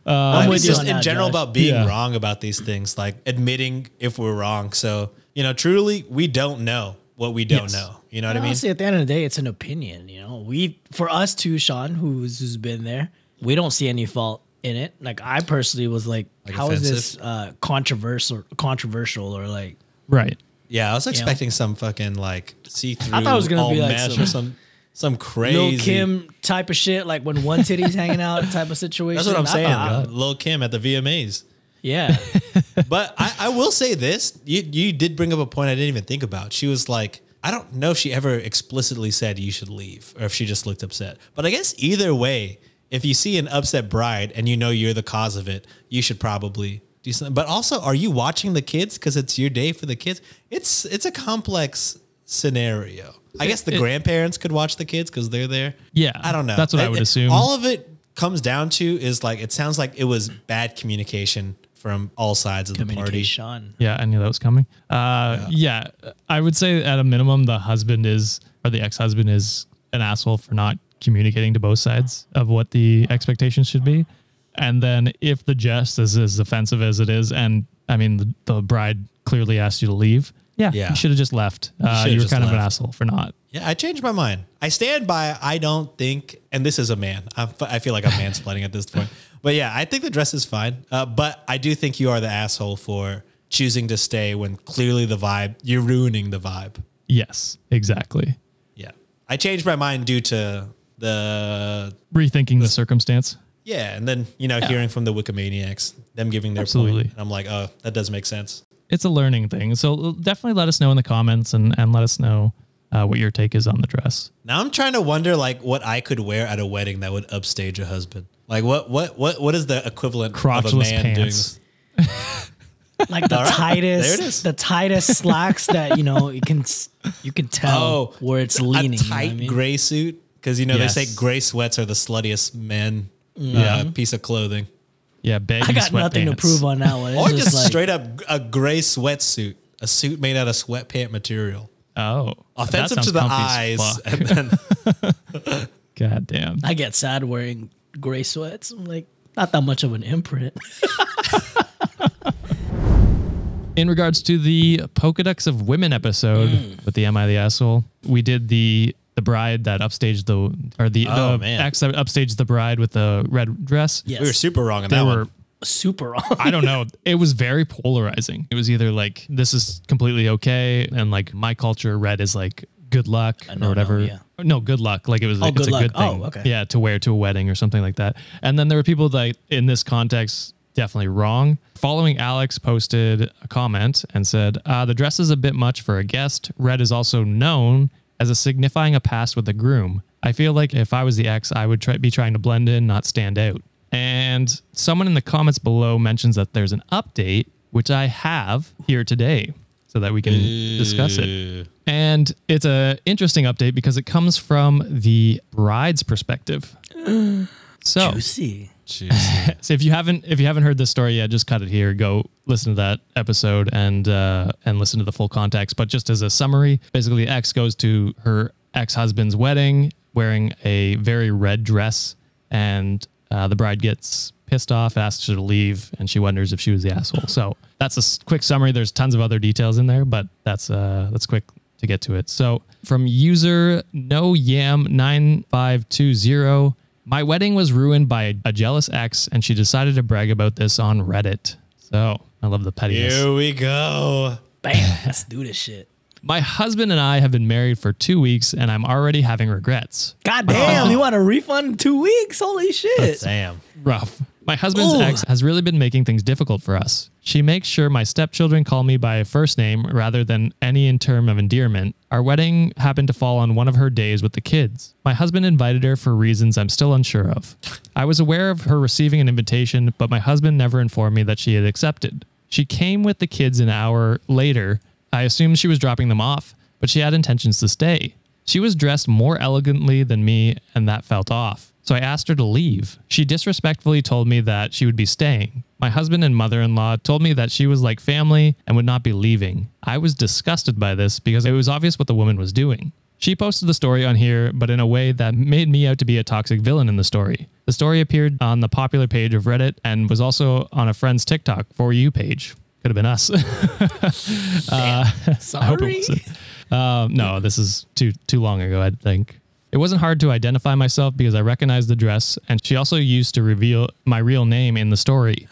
Speaker 6: I mean,
Speaker 5: with you
Speaker 6: just
Speaker 5: on
Speaker 6: in
Speaker 5: that,
Speaker 6: general
Speaker 5: Josh.
Speaker 6: about being
Speaker 1: Yeah.
Speaker 6: wrong about these things, like admitting if we're wrong. So you know, truly, we don't know what we don't
Speaker 1: Yes.
Speaker 6: know. You know what I mean?
Speaker 5: Honestly, at the end of the day, it's an opinion. You know, we for us too, Sean, who's who's been there, we don't see any fault in it. Like I personally was like,
Speaker 6: Like
Speaker 5: how is
Speaker 6: offensive?
Speaker 5: this uh, controversial? Controversial or like
Speaker 1: right.
Speaker 6: Yeah, I was expecting some fucking like see through.
Speaker 5: I thought it was gonna
Speaker 6: all
Speaker 5: be like
Speaker 6: mesh
Speaker 5: some-
Speaker 6: or some some crazy.
Speaker 5: Lil Kim type of shit, like when one titty's hanging out type of situation.
Speaker 6: That's what I'm
Speaker 5: I
Speaker 6: saying.
Speaker 5: thought-
Speaker 6: Lil Kim at the VMAs.
Speaker 5: yeah,
Speaker 6: But I, I will say this: you you did bring up a point I didn't even think about. She was like, I don't know if she ever explicitly said you should leave, or if she just looked upset. But I guess either way, if you see an upset bride and you know you're the cause of it, you should probably do something. But also, are you watching the kids because it's your day for the kids? It's it's a complex scenario. I guess the grandparents could watch the kids because they're there.
Speaker 1: Yeah,
Speaker 6: I don't know.
Speaker 1: that's what I
Speaker 6: It-
Speaker 1: would
Speaker 6: it-
Speaker 1: assume.
Speaker 6: All of it comes down to is like it sounds like it was bad communication from all sides of the party.
Speaker 5: Sean.
Speaker 1: Yeah, I knew that was coming. Uh, yeah. I would say at a minimum, the husband is or the ex-husband is an asshole for not communicating to both sides of what the expectations should be. And then if the jest is as offensive as it is, and I mean the, the bride clearly asked you to leave, yeah,
Speaker 6: Yeah.
Speaker 1: you should have just left. Uh,
Speaker 6: should've
Speaker 1: you were
Speaker 6: just
Speaker 1: kind of an
Speaker 6: left.
Speaker 1: asshole for not.
Speaker 6: Yeah, I changed my mind. I stand by. I don't think, and this is a man. I, f- I feel like I'm mansplaining at this point, But yeah, I think the dress is fine. Uh, but I do think you are the asshole for choosing to stay when clearly the vibe, you're ruining the vibe.
Speaker 1: Yes, exactly.
Speaker 6: Yeah. I changed my mind due to the,
Speaker 1: Rethinking the circumstance.
Speaker 6: yeah, and then, you know, hearing from the Wikimaniacs, them giving their
Speaker 1: Absolutely.
Speaker 6: point. And I'm like, oh, that does make sense.
Speaker 1: It's a learning thing. So definitely let us know in the comments and, and let us know uh, what your take is on the dress.
Speaker 6: Now I'm trying to wonder like what I could wear at a wedding that would upstage a husband. Like what what what what is the equivalent of a
Speaker 1: Crotchless
Speaker 6: man doing
Speaker 1: pants.
Speaker 6: this?
Speaker 5: like the
Speaker 6: right.
Speaker 5: tightest,
Speaker 6: There it is.
Speaker 5: the tightest slacks that you know you can s- you can tell
Speaker 6: Oh,
Speaker 5: where it's
Speaker 6: a
Speaker 5: leaning. you know what I
Speaker 6: tight
Speaker 5: mean?
Speaker 6: gray suit because you know they
Speaker 1: Yes.
Speaker 6: say gray sweats are the sluttiest men
Speaker 5: Mm-hmm.
Speaker 6: uh, piece of clothing,
Speaker 1: Yeah, baggy
Speaker 5: I got nothing to
Speaker 1: sweatpants.
Speaker 5: prove on that one. It's
Speaker 6: or just,
Speaker 5: like,
Speaker 6: straight up a gray sweatsuit, a suit made out of sweatpant material,
Speaker 1: Oh, that
Speaker 6: offensive
Speaker 1: sounds
Speaker 6: to the
Speaker 1: comfy
Speaker 6: eyes,
Speaker 1: as
Speaker 6: and
Speaker 1: fuck.
Speaker 6: then
Speaker 1: God damn.
Speaker 5: I get sad wearing gray sweats. I'm like not that much of an imprint.
Speaker 1: in regards to the polka ducks of women episode
Speaker 6: Mm.
Speaker 1: with the am i the asshole we did the the bride that upstaged the or the,
Speaker 6: Oh,
Speaker 1: the
Speaker 6: man.
Speaker 1: ex that upstaged the bride with the red dress
Speaker 5: Yes,
Speaker 6: we were super wrong on
Speaker 1: there
Speaker 6: that
Speaker 1: were
Speaker 6: one.
Speaker 5: super on.
Speaker 1: i don't know it was very polarizing it was either like this is completely okay and like my culture red is like good luck
Speaker 5: no,
Speaker 1: or whatever
Speaker 5: no, yeah.
Speaker 1: no good luck like it was
Speaker 5: Oh,
Speaker 1: it's
Speaker 5: good
Speaker 1: a
Speaker 5: luck.
Speaker 1: good thing
Speaker 5: Oh, okay.
Speaker 1: yeah to wear to a wedding or something like that and then there were people that in this context definitely wrong following alex posted a comment and said uh, the dress is a bit much for a guest red is also known as a signifying a past with the groom i feel like if i was the ex i would try, be trying to blend in not stand out and someone in the comments below mentions that there's an update which i have here today so that we can discuss it and it's a interesting update because it comes from the bride's perspective. So,
Speaker 5: See,
Speaker 1: so if you haven't if you haven't heard this story yet, just cut it here. Go listen to that episode and uh, and listen to the full context. But just as a summary, basically, X goes to her ex husband's wedding wearing a very red dress, and uh, the bride gets pissed off, asks her to leave, and she wonders if she was the asshole. So that's a s- quick summary. There's tons of other details in there, but that's uh, that's quick to get to it. So from user no yam nine five two zero, my wedding was ruined by a jealous ex, and she decided to brag about this on Reddit. So I love the pettiness.
Speaker 6: Here we go.
Speaker 5: bam, let's do this shit.
Speaker 1: My husband and I have been married for two weeks, and I'm already having regrets.
Speaker 5: God damn, you want a refund in two weeks? Holy shit!
Speaker 6: Damn.
Speaker 1: rough. My husband's
Speaker 5: Ooh.
Speaker 1: ex has really been making things difficult for us. She makes sure my stepchildren call me by a first name rather than any in term of endearment. Our wedding happened to fall on one of her days with the kids. My husband invited her for reasons I'm still unsure of. I was aware of her receiving an invitation, but my husband never informed me that she had accepted. She came with the kids an hour later. I assumed she was dropping them off, but she had intentions to stay. She was dressed more elegantly than me, and that felt off. So I asked her to leave. She disrespectfully told me that she would be staying. My husband and mother in law told me that she was like family and would not be leaving. I was disgusted by this because it was obvious what the woman was doing. She posted the story on here, but in a way that made me out to be a toxic villain in the story. The story appeared on the popular page of Reddit and was also on a friend's TikTok for you page. Could have been us. Uh, I hope it
Speaker 5: Sorry.
Speaker 1: wasn't. Um, no, this is too too long ago. I think it wasn't hard to identify myself because I recognized the dress, and she also used to reveal my real name in the story.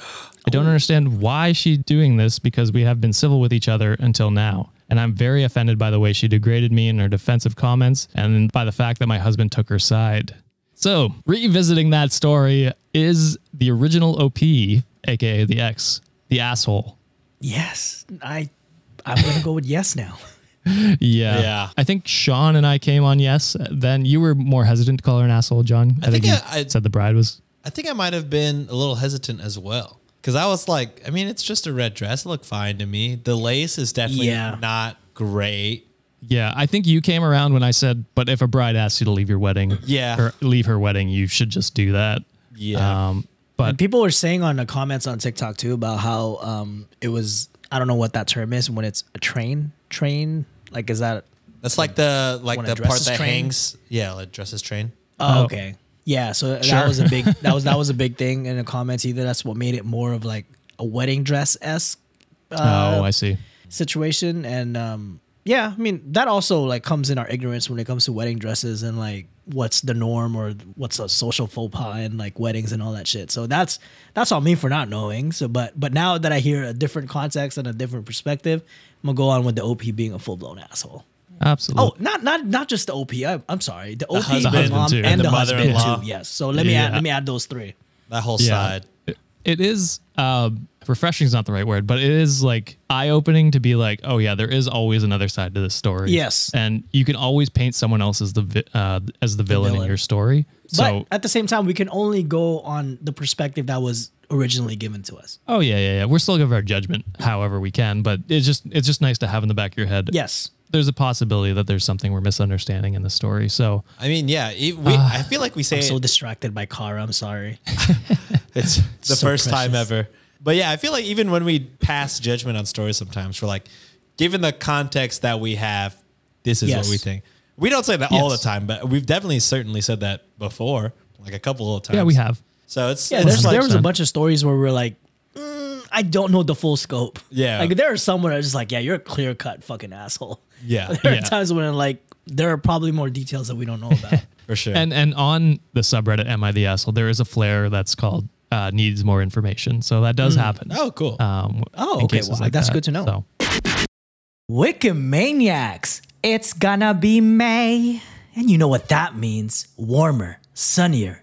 Speaker 1: I don't understand why she's doing this because we have been civil with each other until now. And I'm very offended by the way she degraded me in her defensive comments and by the fact that my husband took her side. So, revisiting that story is the original OP, aka the ex, the asshole.
Speaker 5: Yes, I, I'm gonna go with yes now.
Speaker 1: Yeah.
Speaker 6: Yeah.
Speaker 1: I think Sean and I came on yes. Then you were more hesitant to call her an asshole, John. I, think,
Speaker 6: think
Speaker 1: you
Speaker 6: I- I-
Speaker 1: said the bride was.
Speaker 6: I think I might have been a little hesitant as well. Cause I was like, I mean, it's just a red dress. It looked fine to me. The lace is definitely
Speaker 5: Yeah.
Speaker 6: not great.
Speaker 1: Yeah. I think you came around when I said, but if a bride asks you to leave your wedding,
Speaker 6: Yeah.
Speaker 1: or leave her wedding, you should just do that.
Speaker 6: Yeah.
Speaker 1: Um, but
Speaker 5: People were saying on the comments on TikTok too about how um it was I don't know what that term is when it's a train train like is that
Speaker 6: That's like the like
Speaker 5: When a
Speaker 6: the
Speaker 5: dress
Speaker 6: part
Speaker 5: is
Speaker 6: that
Speaker 5: trained?
Speaker 6: hangs. Yeah, like dresses train.
Speaker 5: oh,
Speaker 1: Oh.
Speaker 5: okay yeah so
Speaker 1: Sure.
Speaker 5: that was a big that was that was a big thing in the comments either that's what made it more of like a wedding dress esque uh,
Speaker 1: oh, I see.
Speaker 5: situation and um yeah, I mean that also like comes in our ignorance when it comes to wedding dresses and like what's the norm or what's a social faux pas and like weddings and all that shit. So that's that's on me for not knowing. So but but now that I hear a different context and a different perspective, I'm gonna go on with the OP being a full blown asshole.
Speaker 1: Absolutely.
Speaker 5: Oh, not not not just the OP. I, I'm sorry, the OP, the,
Speaker 6: husband
Speaker 5: mom,
Speaker 1: too.
Speaker 5: and,
Speaker 1: And
Speaker 5: the,
Speaker 6: the
Speaker 5: husband
Speaker 6: mother-in-law.
Speaker 5: too. Yes. So let me
Speaker 1: Yeah.
Speaker 5: add let me add those three.
Speaker 6: That whole
Speaker 1: yeah.
Speaker 6: side.
Speaker 1: It- it is uh, refreshing is not the right word, but it is like eye opening to be like, oh yeah, there is always another side to this story.
Speaker 5: Yes.
Speaker 1: and you can always paint someone else as the vi- uh, as the villain, in
Speaker 5: villain.
Speaker 1: your story. So
Speaker 5: but at the same time, we can only go on the perspective that was originally given to us.
Speaker 1: oh yeah, yeah, yeah. We're still giving our judgment however we can, but it's just it's just nice to have in the back of your head.
Speaker 5: Yes.
Speaker 1: there's a possibility that there's something we're misunderstanding in the story. So
Speaker 6: I mean, yeah, it, we, I feel like we say
Speaker 5: Ah, I'm so
Speaker 6: it-
Speaker 5: distracted by Kara. I'm sorry.
Speaker 6: It's the
Speaker 5: so
Speaker 6: first time
Speaker 5: precious.
Speaker 6: ever. But yeah, I feel like even when we pass judgment on stories, sometimes we're like, given the context that we have, this is
Speaker 5: Yes.
Speaker 6: what we think. We don't say that all the
Speaker 1: Yes.
Speaker 6: time, but we've definitely certainly said that before, like a couple of times.
Speaker 1: yeah, we have.
Speaker 6: So it's
Speaker 5: Yeah,
Speaker 6: it's
Speaker 5: there's,
Speaker 6: like-
Speaker 5: there was a
Speaker 1: 100%.
Speaker 5: bunch of stories where we we're like, "Mm, I don't know the full scope.
Speaker 6: Yeah.
Speaker 5: like there are some where I was just like, yeah, you're a clear cut fucking asshole.
Speaker 6: Yeah,
Speaker 5: there
Speaker 1: yeah.
Speaker 5: are times when like there are probably more details that we don't know about.
Speaker 6: for sure.
Speaker 1: And and on the subreddit Am I the Asshole, there is a flare that's called uh, needs more information. So that does happen.
Speaker 6: oh, cool.
Speaker 1: Um,
Speaker 5: Hmm. Oh,
Speaker 1: in
Speaker 5: okay.
Speaker 1: cases
Speaker 5: Well, that's good to know.
Speaker 1: So,
Speaker 5: Wikimaniacs, it's gonna be May. And you know what that means warmer, sunnier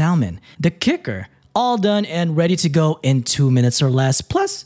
Speaker 5: The kicker, all done and ready to go in two minutes or less, plus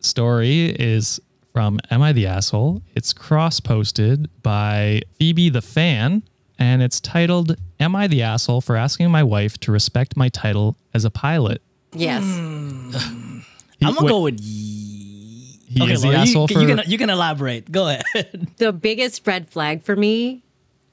Speaker 1: story is from Am I the Asshole? It's cross posted by Phoebe the Fan, and it's titled Am I the Asshole for Asking My Wife to Respect My Title as a Pilot?
Speaker 7: Yes.
Speaker 1: He-
Speaker 5: I'm gonna
Speaker 1: wait,
Speaker 5: go with ye.
Speaker 1: He is the
Speaker 5: Laura, you-
Speaker 1: asshole
Speaker 5: you,
Speaker 1: for-
Speaker 5: can you can elaborate. Go ahead.
Speaker 7: The biggest red flag for me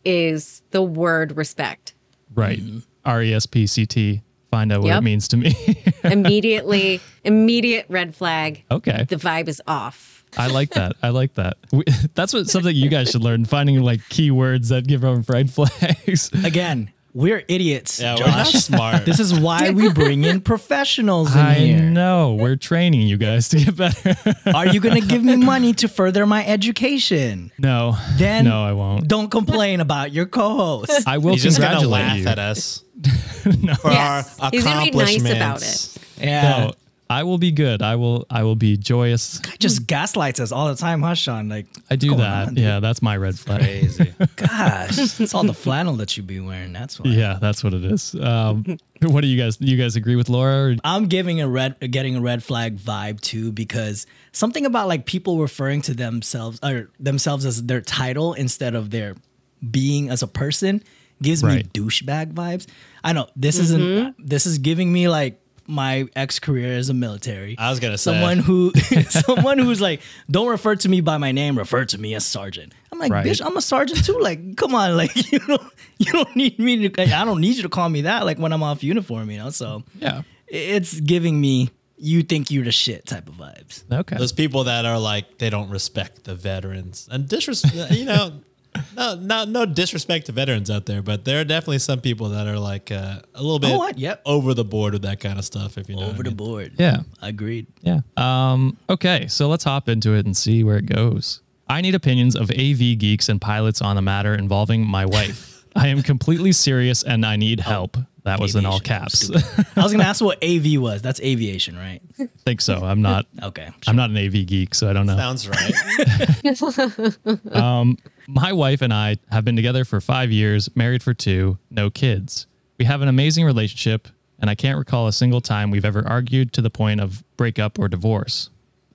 Speaker 7: is the word respect.
Speaker 1: Right. R E S P C T. Find out what it
Speaker 7: Yep.
Speaker 1: means to me.
Speaker 7: Immediately, immediate red flag.
Speaker 1: okay.
Speaker 7: The vibe is off.
Speaker 1: I like that. I like that. We, that's what something you guys should learn finding like keywords that give them red flags.
Speaker 5: Again, we're idiots.
Speaker 6: Yeah, we're not smart.
Speaker 5: This is why we bring in professionals in
Speaker 1: I
Speaker 5: here.
Speaker 1: know. We're training you guys to get better.
Speaker 5: Are you gonna give me money to further my education?
Speaker 1: no.
Speaker 5: Then
Speaker 1: no, I won't.
Speaker 5: Don't complain about your co-host.
Speaker 1: I will
Speaker 6: He's just going to
Speaker 1: congratulate
Speaker 6: laugh
Speaker 1: you.
Speaker 6: at us for
Speaker 7: Yes.
Speaker 6: our
Speaker 7: He's gonna be nice
Speaker 6: accomplishments.
Speaker 7: about it.
Speaker 5: Yeah.
Speaker 1: No, Oh, I will be good. I will. I will be joyous.
Speaker 5: Just gaslights us all the time, huh, Sean? Like
Speaker 1: I do
Speaker 5: going
Speaker 1: that.
Speaker 5: on, dude?
Speaker 1: yeah, that's my red flag.
Speaker 6: Crazy.
Speaker 5: Gosh, it's all the flannel that you be wearing. That's why.
Speaker 1: Yeah, that's what it is. Um, what do you guys? You guys agree with Laura? Or,
Speaker 5: I'm giving a red, getting a red flag vibe too, because something about like people referring to themselves or themselves as their title instead of their being as a person gives
Speaker 1: Right.
Speaker 5: me douchebag vibes. I know this isn't. This is giving me like my ex career as a military.
Speaker 6: I was going to say.
Speaker 5: someone who, someone who's like, don't refer to me by my name. Refer to me as sergeant. I'm like,
Speaker 1: Right.
Speaker 5: bitch, I'm a sergeant too. Like, come on, like you don't, you don't need me to. I don't need you to call me that. Like when I'm off uniform, you know. So
Speaker 1: yeah.
Speaker 5: it's giving me you think you're the shit type of vibes.
Speaker 1: Okay.
Speaker 6: those people that are like they don't respect the veterans and disrespect you know No, no, no disrespect to veterans out there, but there are definitely some people that are like uh, a little bit
Speaker 5: Oh, what? Yep.
Speaker 6: over the board with that kind of stuff. If you know, what
Speaker 5: Over
Speaker 6: I
Speaker 5: the
Speaker 6: mean.
Speaker 5: board.
Speaker 1: Yeah.
Speaker 5: Agreed.
Speaker 1: Yeah. Um, okay, so let's hop into it and see where it goes. I need opinions of AV geeks and pilots on a matter involving my wife. I am completely serious and I need
Speaker 6: Oh,
Speaker 1: help. That was in all
Speaker 5: aviation, I'm
Speaker 1: caps.
Speaker 5: I was gonna ask what AV was. That's aviation, right?
Speaker 1: think so. I'm not
Speaker 5: Okay.
Speaker 1: I'm not an AV geek, so I don't know.
Speaker 6: Sounds right.
Speaker 1: My wife and I have been together for five years, married for two, no kids. We have an amazing relationship, and I can't recall a single time we've ever argued to the point of breakup or divorce.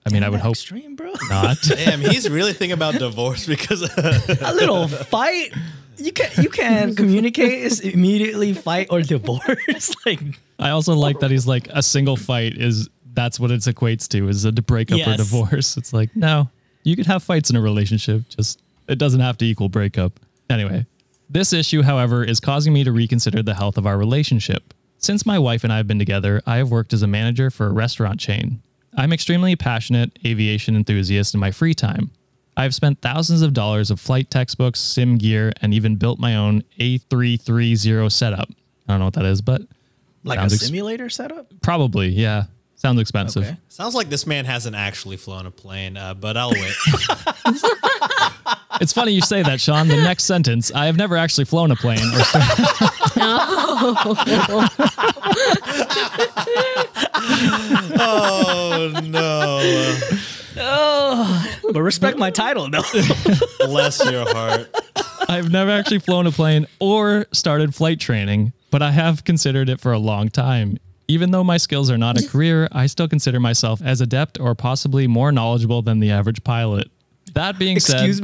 Speaker 1: I mean, I would hope
Speaker 5: Extreme, bro.
Speaker 1: not.
Speaker 6: Damn, he's really thinking about divorce because
Speaker 5: a little fight. You can't you can't communicate. It's immediately fight or divorce. like
Speaker 1: I also like that he's like a single fight is that's what it equates to is a breakup or
Speaker 5: Yes.
Speaker 1: divorce. It's like no, you could have fights in a relationship, just it doesn't have to equal breakup. Anyway, this issue, however, is causing me to reconsider the health of our relationship. Since my wife and I have been together, I have worked as a manager for a restaurant chain. I'm extremely passionate aviation enthusiast in my free time. I've spent thousands of dollars of flight textbooks, sim gear, and even built my own A330 setup. I don't know what that is, but
Speaker 5: like
Speaker 1: Sounds
Speaker 5: a
Speaker 1: ex-
Speaker 5: simulator setup?
Speaker 1: Probably, yeah. Sounds expensive.
Speaker 5: Okay.
Speaker 6: sounds like this man hasn't actually flown a plane. Uh, but I'll wait.
Speaker 1: It's funny you say that, Sean. The next sentence, I have never actually flown a plane. Or
Speaker 6: oh no!
Speaker 5: But respect my title though.
Speaker 6: Bless your heart.
Speaker 1: I've never actually flown a plane or started flight training, but I have considered it for a long time. Even though my skills are not a career, I still consider myself as adept or possibly more knowledgeable than the average pilot. That being said,
Speaker 5: Excuse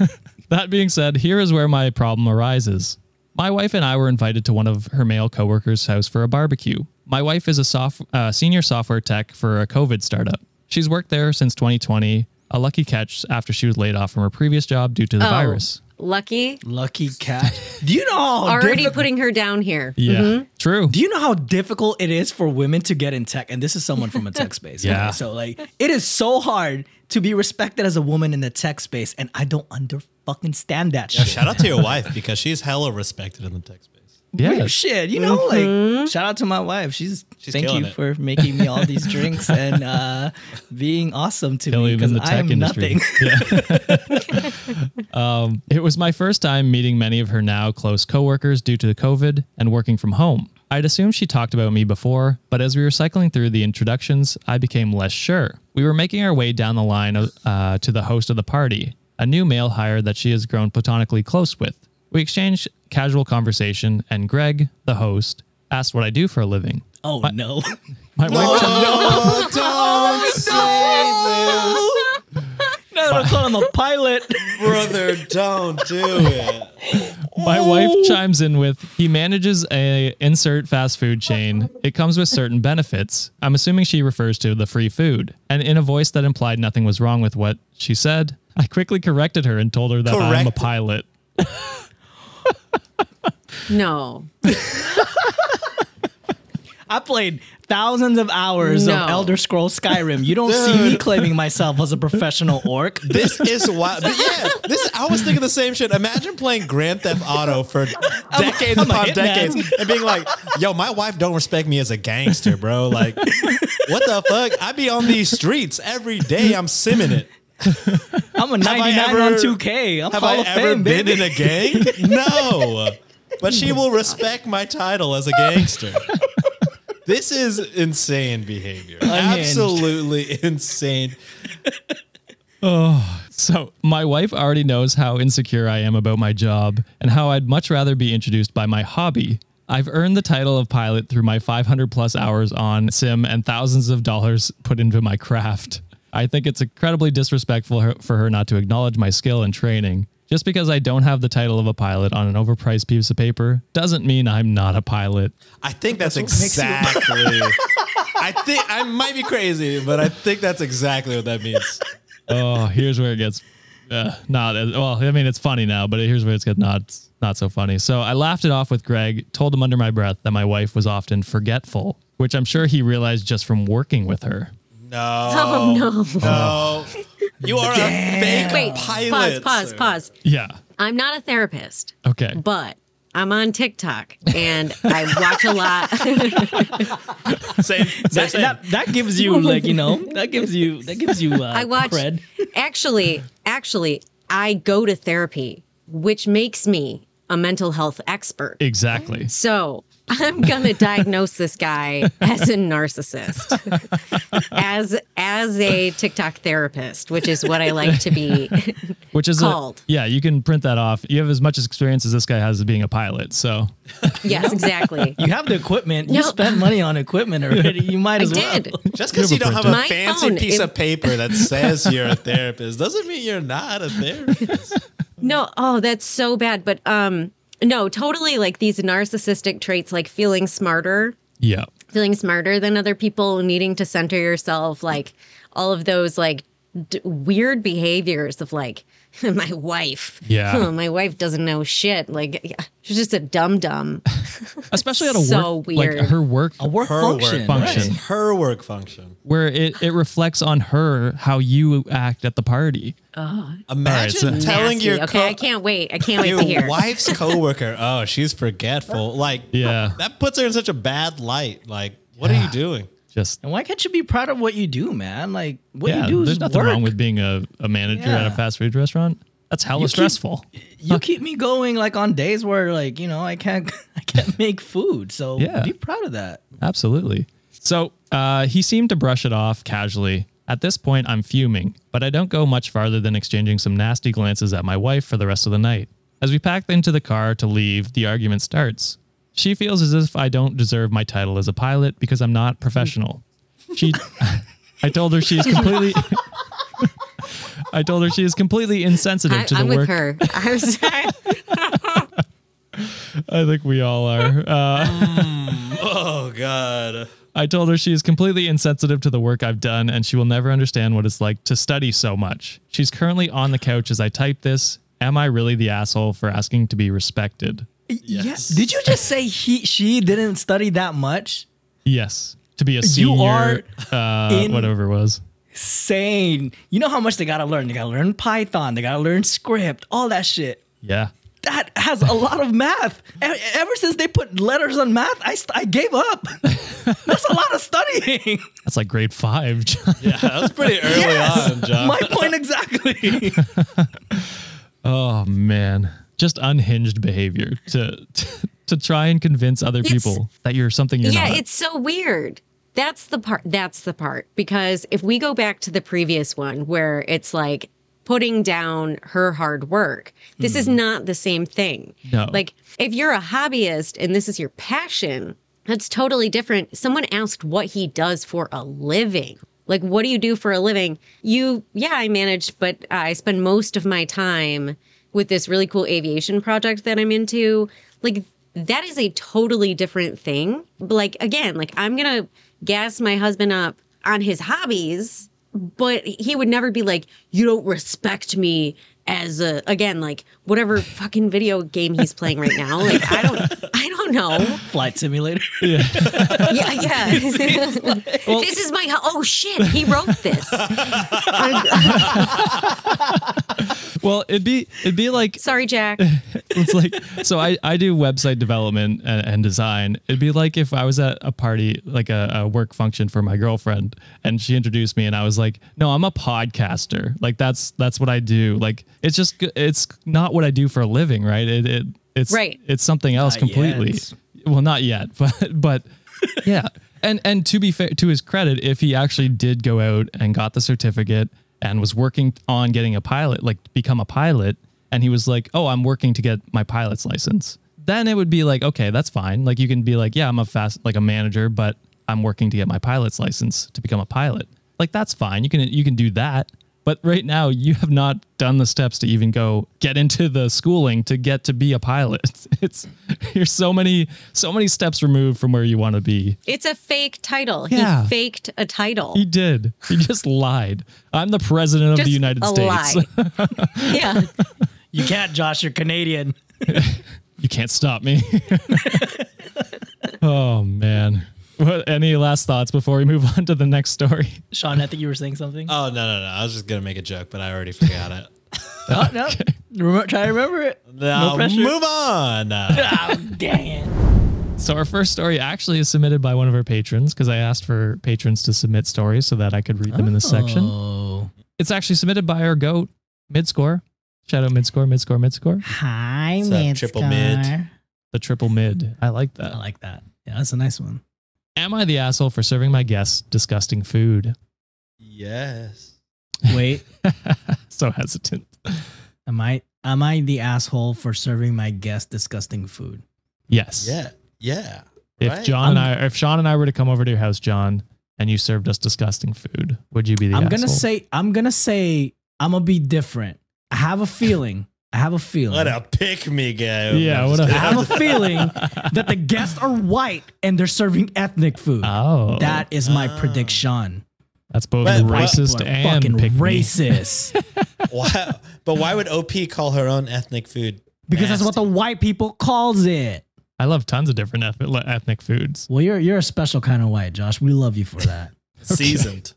Speaker 5: me.
Speaker 1: That being said, here is where my problem arises. My wife and I were invited to one of her male coworkers' house for a barbecue. My wife is a soft, uh, senior software tech for a COVID startup. She's worked there since 2020, a lucky catch after she was laid off from her previous job due to the
Speaker 7: Oh,
Speaker 1: virus.
Speaker 7: Lucky.
Speaker 5: Lucky cat. Do you know how
Speaker 7: Already
Speaker 5: diffi-
Speaker 7: putting her down here.
Speaker 1: Yeah, true.
Speaker 5: do you know how difficult it is for women to get in tech? And this is someone from a tech space. okay?
Speaker 1: Yeah.
Speaker 5: So like it is so hard to be respected as a woman in the tech space, and I don't under fucking stand that shit.
Speaker 6: Shout out to your wife because she's hella respected in the tech space.
Speaker 1: yeah,
Speaker 5: real shit. You know,
Speaker 1: Mm-hmm.
Speaker 5: like shout out to my wife. She's, thank
Speaker 6: killing
Speaker 5: you
Speaker 6: it.
Speaker 5: for making me all these drinks and uh, being awesome to me
Speaker 1: Killing
Speaker 5: because
Speaker 1: in the
Speaker 5: I
Speaker 1: tech industry.
Speaker 5: am nothing.
Speaker 1: Um, It was my first time meeting many of her now close coworkers due to the COVID and working from home. I'd assumed she talked about me before, but as we were cycling through the introductions, I became less sure. We were making our way down the line uh, to the host of the party, a new male hire that she has grown platonically close with. We exchanged casual conversation, and Greg, the host, asked what I do for a living.
Speaker 5: Oh no!
Speaker 1: My wife,
Speaker 6: Oh, don't say
Speaker 5: no, don't call him a pilot.
Speaker 6: this, brother. Don't do it.
Speaker 1: My wife chimes in with, "He manages a insert fast food chain. It comes with certain benefits. I'm assuming she refers to the free food." And in a voice that implied nothing was wrong with what she said, I quickly corrected her and told her that I'm a
Speaker 6: Corrected.
Speaker 1: pilot.
Speaker 7: No.
Speaker 5: I played thousands of hours
Speaker 7: No.
Speaker 5: of Elder Scrolls Skyrim. You don't see me claiming myself as a professional orc.
Speaker 6: This is why. But yeah, this. I was thinking the same shit. Imagine playing Grand Theft Auto for decades
Speaker 5: I'm a
Speaker 6: upon
Speaker 5: hitman.
Speaker 6: decades and being like, "Yo, my wife don't respect me as a gangster, bro. Like, what the fuck? I be on these streets every day. I'm simming it.
Speaker 5: I'm a 99 on
Speaker 6: ever-
Speaker 5: 2K. I'm
Speaker 6: Have
Speaker 5: Hall
Speaker 6: I
Speaker 5: of
Speaker 6: ever
Speaker 5: Fame,
Speaker 6: been
Speaker 5: baby.
Speaker 6: in a gang? No. But she will respect my title as a gangster. This is insane behavior.
Speaker 5: Unhinged.
Speaker 6: Absolutely insane.
Speaker 1: So, my wife already knows how insecure I am about my job and how I'd much rather be introduced by my hobby. I've earned the title of pilot through my 500 plus hours on sim and thousands of dollars put into my craft. I think it's incredibly disrespectful her- for her not to acknowledge my skill and training. Just because I don't have the title of a pilot on an overpriced piece of paper doesn't mean I'm not a pilot.
Speaker 6: I think that's, exactly. I think I might be crazy, but I think that's exactly what that means.
Speaker 1: Oh, here's where it gets uh, not as well. I mean, it's funny now, but here's where it's get not not so funny. So I laughed it off with Greg, told him under my breath that my wife was often forgetful, which I'm sure he realized just from working with her.
Speaker 6: No.
Speaker 7: Oh, no.
Speaker 6: No. You are a fake
Speaker 7: Wait,
Speaker 6: pilot.
Speaker 7: pause, pause,
Speaker 6: sir.
Speaker 7: pause.
Speaker 1: Yeah.
Speaker 7: I'm not a therapist,
Speaker 1: Okay.
Speaker 7: but I'm on TikTok and I watch a lot.
Speaker 6: Same, same,
Speaker 8: That,
Speaker 6: same.
Speaker 8: that, that gives you like you know that gives you that gives you uh,
Speaker 7: I watch
Speaker 8: cred.
Speaker 7: actually, actually, I go to therapy, which makes me a mental health expert.
Speaker 1: Exactly.
Speaker 7: So I'm gonna diagnose this guy as a narcissist, as as a TikTok therapist, which is what I like to be.
Speaker 1: Which is
Speaker 7: Called.
Speaker 1: A, yeah, you can print that off. You have as much experience as this guy has as being a pilot. So
Speaker 7: yes, exactly.
Speaker 5: You have the equipment. You
Speaker 7: No.
Speaker 5: spent money on equipment already. You might
Speaker 7: I
Speaker 5: as well.
Speaker 7: did.
Speaker 6: Just because you don't have a
Speaker 7: My
Speaker 6: fancy
Speaker 7: phone,
Speaker 6: piece
Speaker 7: it-
Speaker 6: of paper that says you're a therapist doesn't mean you're not a therapist.
Speaker 7: No, oh, that's so bad. But um, no, totally like these narcissistic traits, like feeling smarter,
Speaker 1: yeah.
Speaker 7: feeling smarter than other people, needing to center yourself, like all of those like d- weird behaviors of like my wife.
Speaker 1: Yeah.
Speaker 7: Huh, my wife doesn't know shit. Like yeah, she's just a dum dum.
Speaker 1: Especially at a
Speaker 7: So
Speaker 1: work like
Speaker 7: weird.
Speaker 1: her work
Speaker 5: A work
Speaker 6: Her
Speaker 5: function.
Speaker 6: work
Speaker 1: Function.
Speaker 6: right. Her work function.
Speaker 1: where it, it reflects on her how you act at the party.
Speaker 6: Imagine telling your
Speaker 7: okay, I
Speaker 6: co-
Speaker 7: can't wait. I can't wait
Speaker 6: your
Speaker 7: to hear.
Speaker 6: wife's coworker, oh, she's forgetful. Like,
Speaker 1: Yeah.
Speaker 6: that puts her in such a bad light. Like, what are you doing?
Speaker 1: Just
Speaker 5: And why can't you be proud of what you do, man? Like what
Speaker 1: yeah,
Speaker 5: you do
Speaker 1: there's
Speaker 5: is
Speaker 1: nothing
Speaker 5: work.
Speaker 1: wrong with being a, a manager at a
Speaker 5: Yeah.
Speaker 1: fast food restaurant. That's hella
Speaker 5: You keep-
Speaker 1: stressful.
Speaker 5: you keep me going like on days where like, you know, I can't I can't make food. So
Speaker 1: Yeah.
Speaker 5: be proud of that.
Speaker 1: Absolutely. So uh, he seemed to brush it off casually. At this point, I'm fuming, but I don't go much farther than exchanging some nasty glances at my wife for the rest of the night. As we pack into the car to leave, the argument starts. She feels as if I don't deserve my title as a pilot because I'm not professional. She, I told her she's completely. I told her she is completely insensitive
Speaker 7: I,
Speaker 1: to the
Speaker 7: I'm
Speaker 1: work.
Speaker 7: with her. I'm sorry.
Speaker 1: I think we all are.
Speaker 6: Oh, God.
Speaker 1: I told her she is completely insensitive to the work I've done and she will never understand what it's like to study so much. She's currently on the couch as I type this. Am I really the asshole for asking to be respected?
Speaker 5: Yes. Did you just say he she didn't study that much?
Speaker 1: Yes. To be a senior, uh,
Speaker 5: in-
Speaker 1: whatever it was.
Speaker 5: Sane. You know how much they gotta learn. They gotta learn Python, they gotta learn script, all that shit.
Speaker 1: Yeah.
Speaker 5: That has a lot of math. E- Ever since they put letters on math, I, st- I gave up. That's a lot of studying.
Speaker 1: That's like grade five. John.
Speaker 6: Yeah, that was pretty early on, John.
Speaker 5: My point exactly.
Speaker 1: Oh, man. Just unhinged behavior to, to, to try and convince other
Speaker 7: It's-
Speaker 1: people that you're something you're
Speaker 7: yeah
Speaker 1: not.
Speaker 7: it's so weird that's the part that's the part because if we go back to the previous one where it's like putting down her hard work this is not the same thing
Speaker 1: No.
Speaker 7: like if you're a hobbyist and this is your passion that's totally different someone asked what he does for a living like what do you do for a living you yeah i manage but i spend most of my time with this really cool aviation project that i'm into like that is a totally different thing. But, Like again, like I'm gonna gas my husband up on his hobbies, but he would never be like, "You don't respect me." As a again, like whatever fucking video game he's playing right now, like I don't, I don't know.
Speaker 5: Flight simulator.
Speaker 7: Yeah, yeah. this is my ho- oh shit. He wrote this.
Speaker 1: well, it'd be, it'd be like
Speaker 7: Sorry, Jack.
Speaker 1: it's like so I, I do website development and, and design it'd be like if i was at a party like a, a work function for my girlfriend and she introduced me and i was like no i'm a podcaster like that's that's what i do like it's just g- it's not what i do for a living right it, it it's
Speaker 7: Right.
Speaker 1: it's something else
Speaker 5: Not
Speaker 1: completely
Speaker 5: yet.
Speaker 1: well not yet but but yeah and and to be fair to his credit if he actually did go out and got the certificate and was working on getting a pilot like to become a pilot and he was like oh i'm working to get my pilot's license then it would be like okay that's fine like you can be like yeah i'm a fast like a manager but i'm working to get my pilot's license to become a pilot like that's fine you can you can do that but right now you have not done the steps to even go get into the schooling to get to be a pilot it's you're so many so many steps removed from where you want to be
Speaker 7: It's a fake title.
Speaker 1: Yeah.
Speaker 7: He faked a title.
Speaker 1: he did he just lied i'm the president of
Speaker 7: Just
Speaker 1: the united
Speaker 7: a
Speaker 1: states
Speaker 7: lie. yeah.
Speaker 5: You can't, Josh. You're Canadian.
Speaker 1: you can't stop me oh man What, any last thoughts before we move on to the next story?
Speaker 5: Sean, I think you were saying something.
Speaker 6: Oh no no no! I was just gonna make a joke, but I already forgot it.
Speaker 5: oh, no. Remember, try to remember it.
Speaker 6: Now,
Speaker 5: no pressure.
Speaker 6: Move on. Uh,
Speaker 5: Oh, dang it.
Speaker 1: So our first story actually is submitted by one of our patrons because I asked for patrons to submit stories so that I could read them in this section.
Speaker 5: Oh.
Speaker 1: It's actually submitted by our goat, Midscore. Shout out Midscore, Midscore, Midscore.
Speaker 5: Hi,
Speaker 6: What's up,
Speaker 5: man.
Speaker 6: triple mid?
Speaker 1: The triple mid. I like
Speaker 5: I
Speaker 1: that.
Speaker 5: like that. Yeah, that's a nice one.
Speaker 1: Am I the asshole for serving my guests disgusting food?
Speaker 6: yes.
Speaker 5: Wait,
Speaker 1: so hesitant.
Speaker 5: am I am I the asshole for serving my guest disgusting food?
Speaker 1: Yes.
Speaker 6: Yeah. Yeah.
Speaker 1: If
Speaker 6: right.
Speaker 1: John and I, if Sean and I were to come over to your house, John, and you served us disgusting food, would you be the
Speaker 5: I'm
Speaker 1: asshole?
Speaker 5: gonna say I'm gonna say I'm gonna be different. I have a feeling. I have a feeling.
Speaker 6: What a pick me guy.
Speaker 1: Yeah,
Speaker 6: I'm
Speaker 1: what
Speaker 6: just
Speaker 1: a-
Speaker 6: kidding.
Speaker 5: I have a feeling that the guests are white and they're serving ethnic food.
Speaker 1: Oh,
Speaker 5: that is my
Speaker 6: Oh.
Speaker 5: prediction.
Speaker 1: that's both
Speaker 6: But-
Speaker 1: racist
Speaker 5: People are
Speaker 1: and
Speaker 5: fucking
Speaker 1: pick me.
Speaker 5: racist.
Speaker 6: Wow. But why would OP call her own ethnic food?
Speaker 5: because that's what the white people calls it.
Speaker 1: I love tons of different eth- ethnic foods.
Speaker 5: Well, you're you're a special kind of white, Josh. We love you for that.
Speaker 6: seasoned?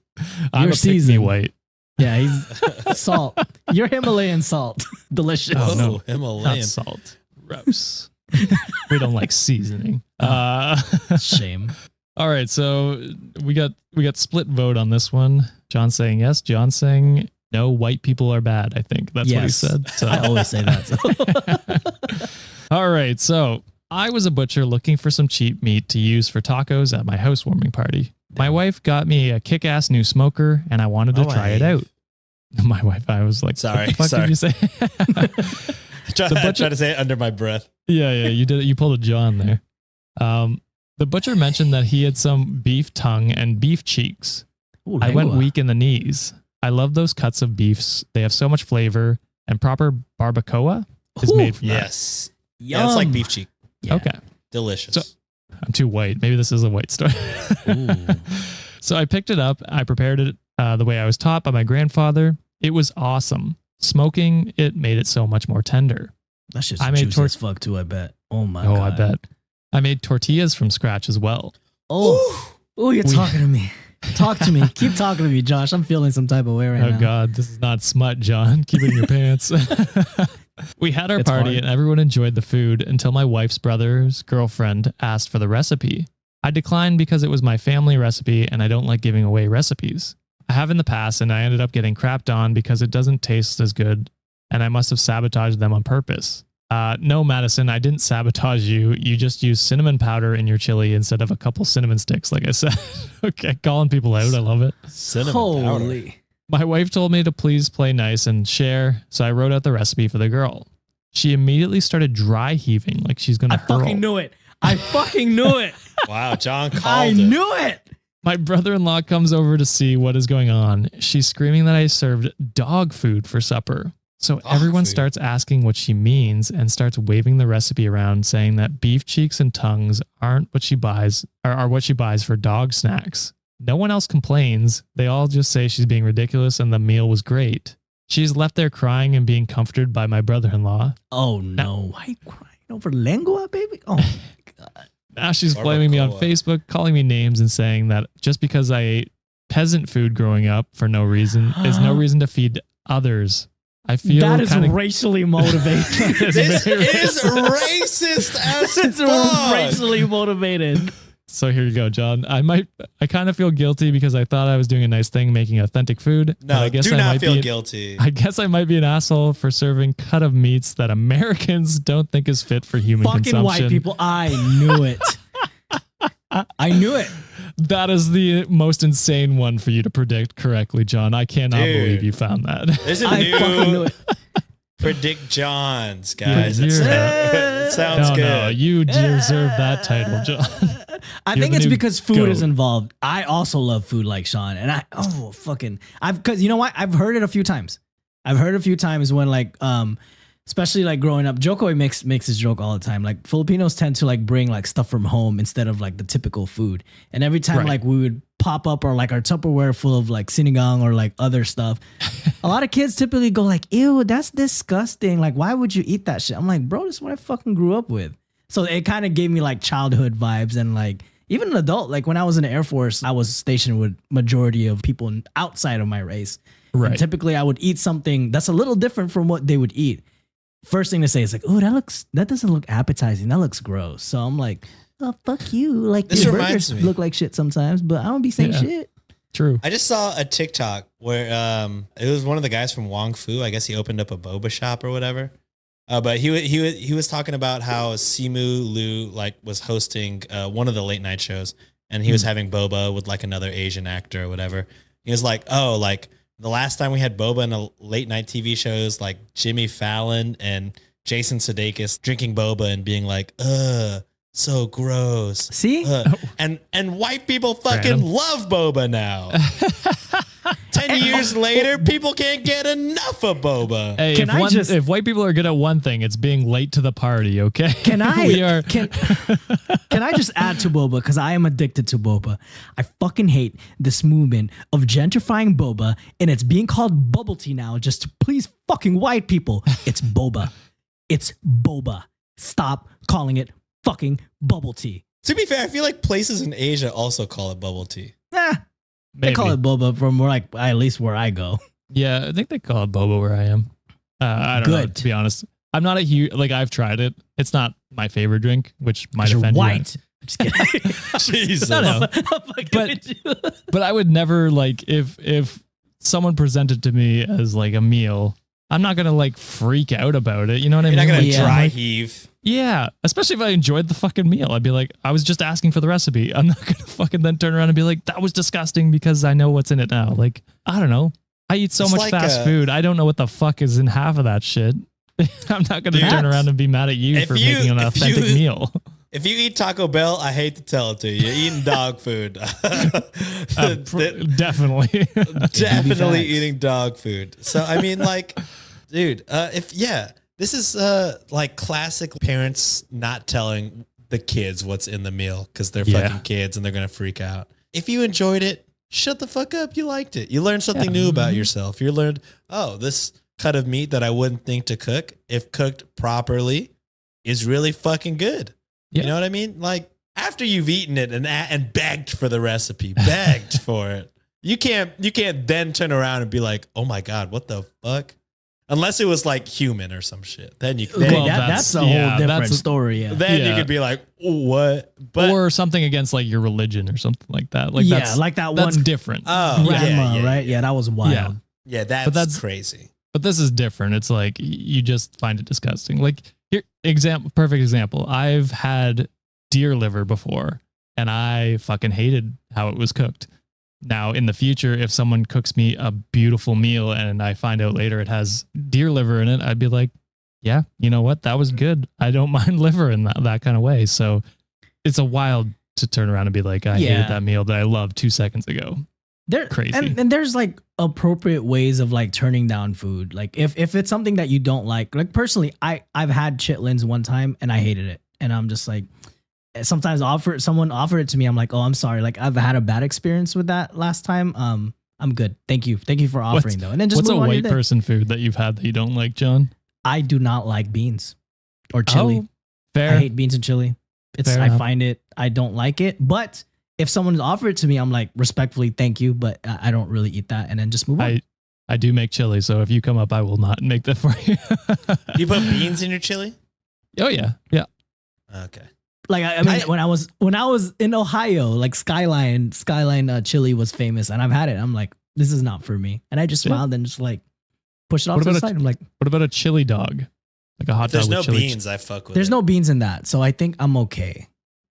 Speaker 1: I'm
Speaker 5: You're
Speaker 1: a pick me
Speaker 5: seasoned.
Speaker 1: white.
Speaker 5: Yeah, he's salt. You're Himalayan salt. Delicious.
Speaker 6: Oh,
Speaker 1: no.
Speaker 6: Himalayan.
Speaker 1: Not salt. Gross. we don't like seasoning. Uh,
Speaker 5: Shame.
Speaker 1: all right, so we got we got split vote on this one. John saying yes, John saying no. White people are bad. I think that's what he
Speaker 5: Yes.
Speaker 1: said. So.
Speaker 5: I always say that.
Speaker 1: All right, so I was a butcher looking for some cheap meat to use for tacos at my housewarming party. My wife got me a kick-ass new smoker, and I wanted to
Speaker 6: My
Speaker 1: try it out.
Speaker 6: wife.
Speaker 1: My wife, I was like, what
Speaker 6: Sorry,
Speaker 1: the fuck
Speaker 6: sorry.
Speaker 1: did you say?"
Speaker 6: Try,
Speaker 1: The butcher-
Speaker 6: try to say it under my breath.
Speaker 1: yeah, yeah, you did it. You pulled a John there. Um, the butcher mentioned that he had some beef tongue and beef cheeks.
Speaker 5: Ooh,
Speaker 1: I went
Speaker 5: lengua.
Speaker 1: weak in the knees. I love those cuts of beefs. They have so much flavor, and proper barbacoa is
Speaker 5: Ooh,
Speaker 1: made from that.
Speaker 6: Yes. Yeah, it's like
Speaker 5: Yum.
Speaker 6: beef cheek.
Speaker 5: Yeah.
Speaker 1: Okay.
Speaker 6: Delicious.
Speaker 1: So- I'm too white. Maybe this is a white story.
Speaker 5: Ooh.
Speaker 1: so I picked it up. I prepared it uh, the way I was taught by my grandfather. It was awesome. Smoking it made it so much more tender.
Speaker 5: That shit's
Speaker 1: I
Speaker 5: I
Speaker 1: made
Speaker 5: made
Speaker 1: tor-
Speaker 5: as fuck too. I bet. Oh my.
Speaker 1: oh,
Speaker 5: God.
Speaker 1: I bet. I made tortillas from scratch as well.
Speaker 5: Oh, oh, you're
Speaker 1: We-
Speaker 5: talking to me. Talk to me. Keep talking to me, Josh. I'm feeling some type of way right
Speaker 1: oh
Speaker 5: now.
Speaker 1: God, this is not smut, John. Keep it in your pants. we had our
Speaker 5: It's
Speaker 1: party and
Speaker 5: hard.
Speaker 1: everyone enjoyed the food until my wife's brother's girlfriend asked for the recipe. I declined because it was my family recipe and I don't like giving away recipes. I have in the past and I ended up getting crapped on because it doesn't taste as good and I must have sabotaged them on purpose. Uh, no, Madison, I didn't sabotage you. You just used cinnamon powder in your chili instead of a couple cinnamon sticks, like I said. okay, calling people out. I love it.
Speaker 6: Cinnamon powder.
Speaker 5: Holy.
Speaker 1: My wife told me to please play nice and share, so I wrote out the recipe for the girl. She immediately started dry heaving like she's gonna
Speaker 5: I
Speaker 1: hurl.
Speaker 5: fucking knew it. I fucking knew it.
Speaker 6: Wow, John called
Speaker 5: I
Speaker 6: it.
Speaker 5: knew it.
Speaker 1: My brother-in-law comes over to see what is going on. She's screaming that I served dog food for supper. So
Speaker 6: Dog
Speaker 1: everyone
Speaker 6: food.
Speaker 1: starts asking what she means and starts waving the recipe around, saying that beef cheeks and tongues aren't what she buys or are what she buys for dog snacks. No one else complains. They all just say she's being ridiculous and the meal was great. She's left there crying and being comforted by my brother-in-law.
Speaker 5: Oh no. Why you crying over lengua, baby? Oh,
Speaker 1: Now Ah, she's blaming me on
Speaker 6: Barbacoa.
Speaker 1: Facebook, calling me names and saying that just because I ate peasant food growing up for no reason is no reason to feed others. I feel
Speaker 5: that is
Speaker 1: kind of
Speaker 5: racially motivated.
Speaker 6: This is racist as
Speaker 5: it's
Speaker 6: fuck.
Speaker 5: racially motivated.
Speaker 1: so. Here you go, John. I might, I kind of feel guilty because I thought I was doing a nice thing, making authentic food. but
Speaker 6: No,
Speaker 1: I guess
Speaker 6: do
Speaker 1: I
Speaker 6: not
Speaker 1: might
Speaker 6: feel
Speaker 1: be,
Speaker 6: guilty.
Speaker 1: I guess I might be an asshole for serving cut of meats that Americans don't think is fit for human
Speaker 5: Fucking
Speaker 1: consumption.
Speaker 5: white people. I knew it. I knew it.
Speaker 1: That is the most insane one for you to predict correctly, John. I cannot
Speaker 6: Dude.
Speaker 1: believe you found that.
Speaker 6: There's a
Speaker 5: I fucking knew
Speaker 6: new
Speaker 5: it.
Speaker 6: predict Johns, guys.
Speaker 1: You're-
Speaker 6: It's- it sounds
Speaker 1: no,
Speaker 6: good.
Speaker 1: no, you deserve that title, John.
Speaker 5: I
Speaker 1: You're
Speaker 5: think
Speaker 1: the
Speaker 5: it's
Speaker 1: new
Speaker 5: because food is
Speaker 1: goat.
Speaker 5: involved. I also love food like Sean, and I oh fucking I've because you know what I've heard it a few times. I've heard a few times when like um especially like growing up, Joko makes makes his joke all the time. Like Filipinos tend to like bring like stuff from home instead of like the typical food. And every time
Speaker 1: Right.
Speaker 5: like we would pop up or like our Tupperware full of like sinigang or like other stuff, a lot of kids typically go like, "Ew, that's disgusting! Like, why would you eat that shit?" I'm like, "Bro, this is what I fucking grew up with." So it kind of gave me like childhood vibes and like even an adult, like when I was in the Air Force, I was stationed with majority of people in- outside of my race. And
Speaker 9: Right.
Speaker 5: typically, I would eat something that's a little different from what they would eat. First thing to say is like, "Oh, that looks that doesn't look appetizing. That looks gross." So I'm like, "Oh, fuck you!" Like
Speaker 6: This
Speaker 5: your
Speaker 6: reminds
Speaker 5: burgers
Speaker 6: me.
Speaker 5: look like shit sometimes, but I don't be saying
Speaker 9: Yeah.
Speaker 5: shit.
Speaker 9: True.
Speaker 6: I just saw a TikTok where um, it was one of the guys from Wong Fu. I guess he opened up a boba shop or whatever. Uh, but he wa- he wa- he was talking about how Simu Liu like was hosting uh, one of the late night shows, and he was having boba with like another Asian actor or whatever. He was like, "Oh, like the last time we had boba in a late night TV shows, like Jimmy Fallon and Jason Sudeikis drinking boba and being like, ugh, so gross."
Speaker 5: See,
Speaker 6: Uh,
Speaker 1: Oh.
Speaker 6: and and white people fucking
Speaker 9: Random.
Speaker 6: love boba now. Ten years later, people can't get enough of boba.
Speaker 1: Hey,
Speaker 5: Can
Speaker 1: if,
Speaker 5: I
Speaker 1: one,
Speaker 5: just-
Speaker 1: if white people are good at one thing, it's being late to the party, okay?
Speaker 5: Can I
Speaker 1: we are
Speaker 5: can Can I just add to boba cuz I am addicted to boba. I fucking hate this movement of gentrifying boba and it's being called bubble tea now just to please fucking white people. It's boba. It's boba. Stop calling it fucking bubble tea.
Speaker 6: To be fair, I feel like places in Asia also call it bubble tea.
Speaker 5: Nah, they
Speaker 1: maybe.
Speaker 5: Eh, call it boba from where like at least where I go.
Speaker 1: yeah, I think they call it boba where I am. Uh, I don't know,
Speaker 5: Good.
Speaker 1: to be honest. I'm not a huge, like, I've tried it. It's not my favorite drink, which might
Speaker 5: 'Cause you're
Speaker 1: offend you.
Speaker 5: white. I'm just kidding.
Speaker 6: Jesus.
Speaker 1: No, no.
Speaker 5: but
Speaker 1: but I would never like if if someone presented to me as like a meal, I'm not gonna like freak out about it. You know what I
Speaker 6: You're not
Speaker 1: mean?
Speaker 6: gonna
Speaker 1: Like,
Speaker 5: Yeah.
Speaker 6: dry heave.
Speaker 1: yeah, especially if I enjoyed the fucking meal, I'd be like, I was just asking for the recipe. I'm not gonna fucking then turn around and be like, that was disgusting because I know what's in it now. Like I don't know. I eat so
Speaker 6: It's
Speaker 1: much
Speaker 6: like,
Speaker 1: fast
Speaker 6: uh,
Speaker 1: food. I don't know what the fuck is in half of that shit. I'm not gonna
Speaker 6: Dude.
Speaker 1: turn around and be mad at you
Speaker 6: If
Speaker 1: for
Speaker 6: you-
Speaker 1: making an
Speaker 6: if
Speaker 1: authentic
Speaker 6: you-
Speaker 1: meal.
Speaker 6: If you eat Taco Bell, I hate to tell it to you, you're eating dog food.
Speaker 1: Uh, pr- definitely.
Speaker 5: facts.
Speaker 6: definitely eating dog food. So I mean, like, dude, uh, if yeah, this is uh, like classic parents not telling the kids what's in the meal because they're
Speaker 1: Yeah.
Speaker 6: fucking kids and they're gonna freak out. If you enjoyed it, shut the fuck up. You liked it. You learned something new about yourself. You learned, oh, this cut of meat that I wouldn't think to cook if cooked properly is really fucking good.
Speaker 1: Yeah.
Speaker 6: You know what I mean? Like after you've eaten it and and begged for the recipe, begged for it. You can't you can't then turn around and be like, "Oh my god, what the fuck?" Unless it was like human or some shit. Then you then,
Speaker 5: well, that,
Speaker 1: that's-
Speaker 5: that's, a whole
Speaker 1: yeah,
Speaker 5: different
Speaker 1: that's-
Speaker 5: story. Yeah.
Speaker 6: then
Speaker 1: yeah.
Speaker 6: you could be like, "What?" But
Speaker 1: or something against like your religion or something like that. Like
Speaker 5: yeah,
Speaker 1: that's
Speaker 5: like that one
Speaker 1: that's different.
Speaker 6: oh, yeah,
Speaker 5: grandma,
Speaker 6: yeah,
Speaker 5: right? Yeah. that was wild.
Speaker 1: Yeah.
Speaker 6: Yeah, that's,
Speaker 1: that's-
Speaker 6: crazy.
Speaker 1: but this is different. It's like y- you just find it disgusting. Like here, example, perfect example. I've had deer liver before, and I fucking hated how it was cooked. Now, in the future, if someone cooks me a beautiful meal and I find out later it has deer liver in it, I'd be like, "Yeah, you know what? That
Speaker 5: Mm.
Speaker 1: was good. I don't mind liver in that, that kind of way." So, it's a wild to turn around and be like, "I
Speaker 5: Yeah.
Speaker 1: hated that meal that I loved two seconds ago."
Speaker 5: there
Speaker 1: Crazy.
Speaker 5: and, and there's like appropriate ways of like turning down food like if if it's something that you don't like like personally i i've had chitlins one time and i hated it and i'm just like sometimes offer someone offered it to me i'm like oh i'm sorry like i've had a bad experience with that last time um i'm good thank you thank you for offering though and then just
Speaker 1: What's a
Speaker 5: move on your
Speaker 1: white
Speaker 5: day.
Speaker 1: person food that you've had that you don't like, John?
Speaker 5: i do not like beans or chili
Speaker 1: Oh,
Speaker 5: I
Speaker 1: fair.
Speaker 5: hate beans and chili. It's
Speaker 1: Fair
Speaker 5: I
Speaker 1: enough.
Speaker 5: find it I don't like it. But if someone offered it to me, I'm like respectfully thank you, but I I don't really eat that, and then just move on.
Speaker 1: I I do make chili, so if you come up, I will not make that for you.
Speaker 6: You put beans in your chili?
Speaker 1: Oh yeah, yeah.
Speaker 6: Okay.
Speaker 5: like I, I mean,
Speaker 6: I-
Speaker 5: when I was when I was in Ohio, like Skyline Skyline uh, chili was famous, and I've had it. I'm like, this is not for me, and I just
Speaker 1: Yeah.
Speaker 5: smiled and just like pushed it off
Speaker 1: What
Speaker 5: to the
Speaker 1: about a-
Speaker 5: side. I'm like,
Speaker 1: What about a chili dog? Like a hot
Speaker 6: If there's
Speaker 1: dog
Speaker 6: no
Speaker 1: with chili.
Speaker 6: beans, I fuck with.
Speaker 5: there's
Speaker 6: it.
Speaker 5: no beans in that, so I think I'm okay.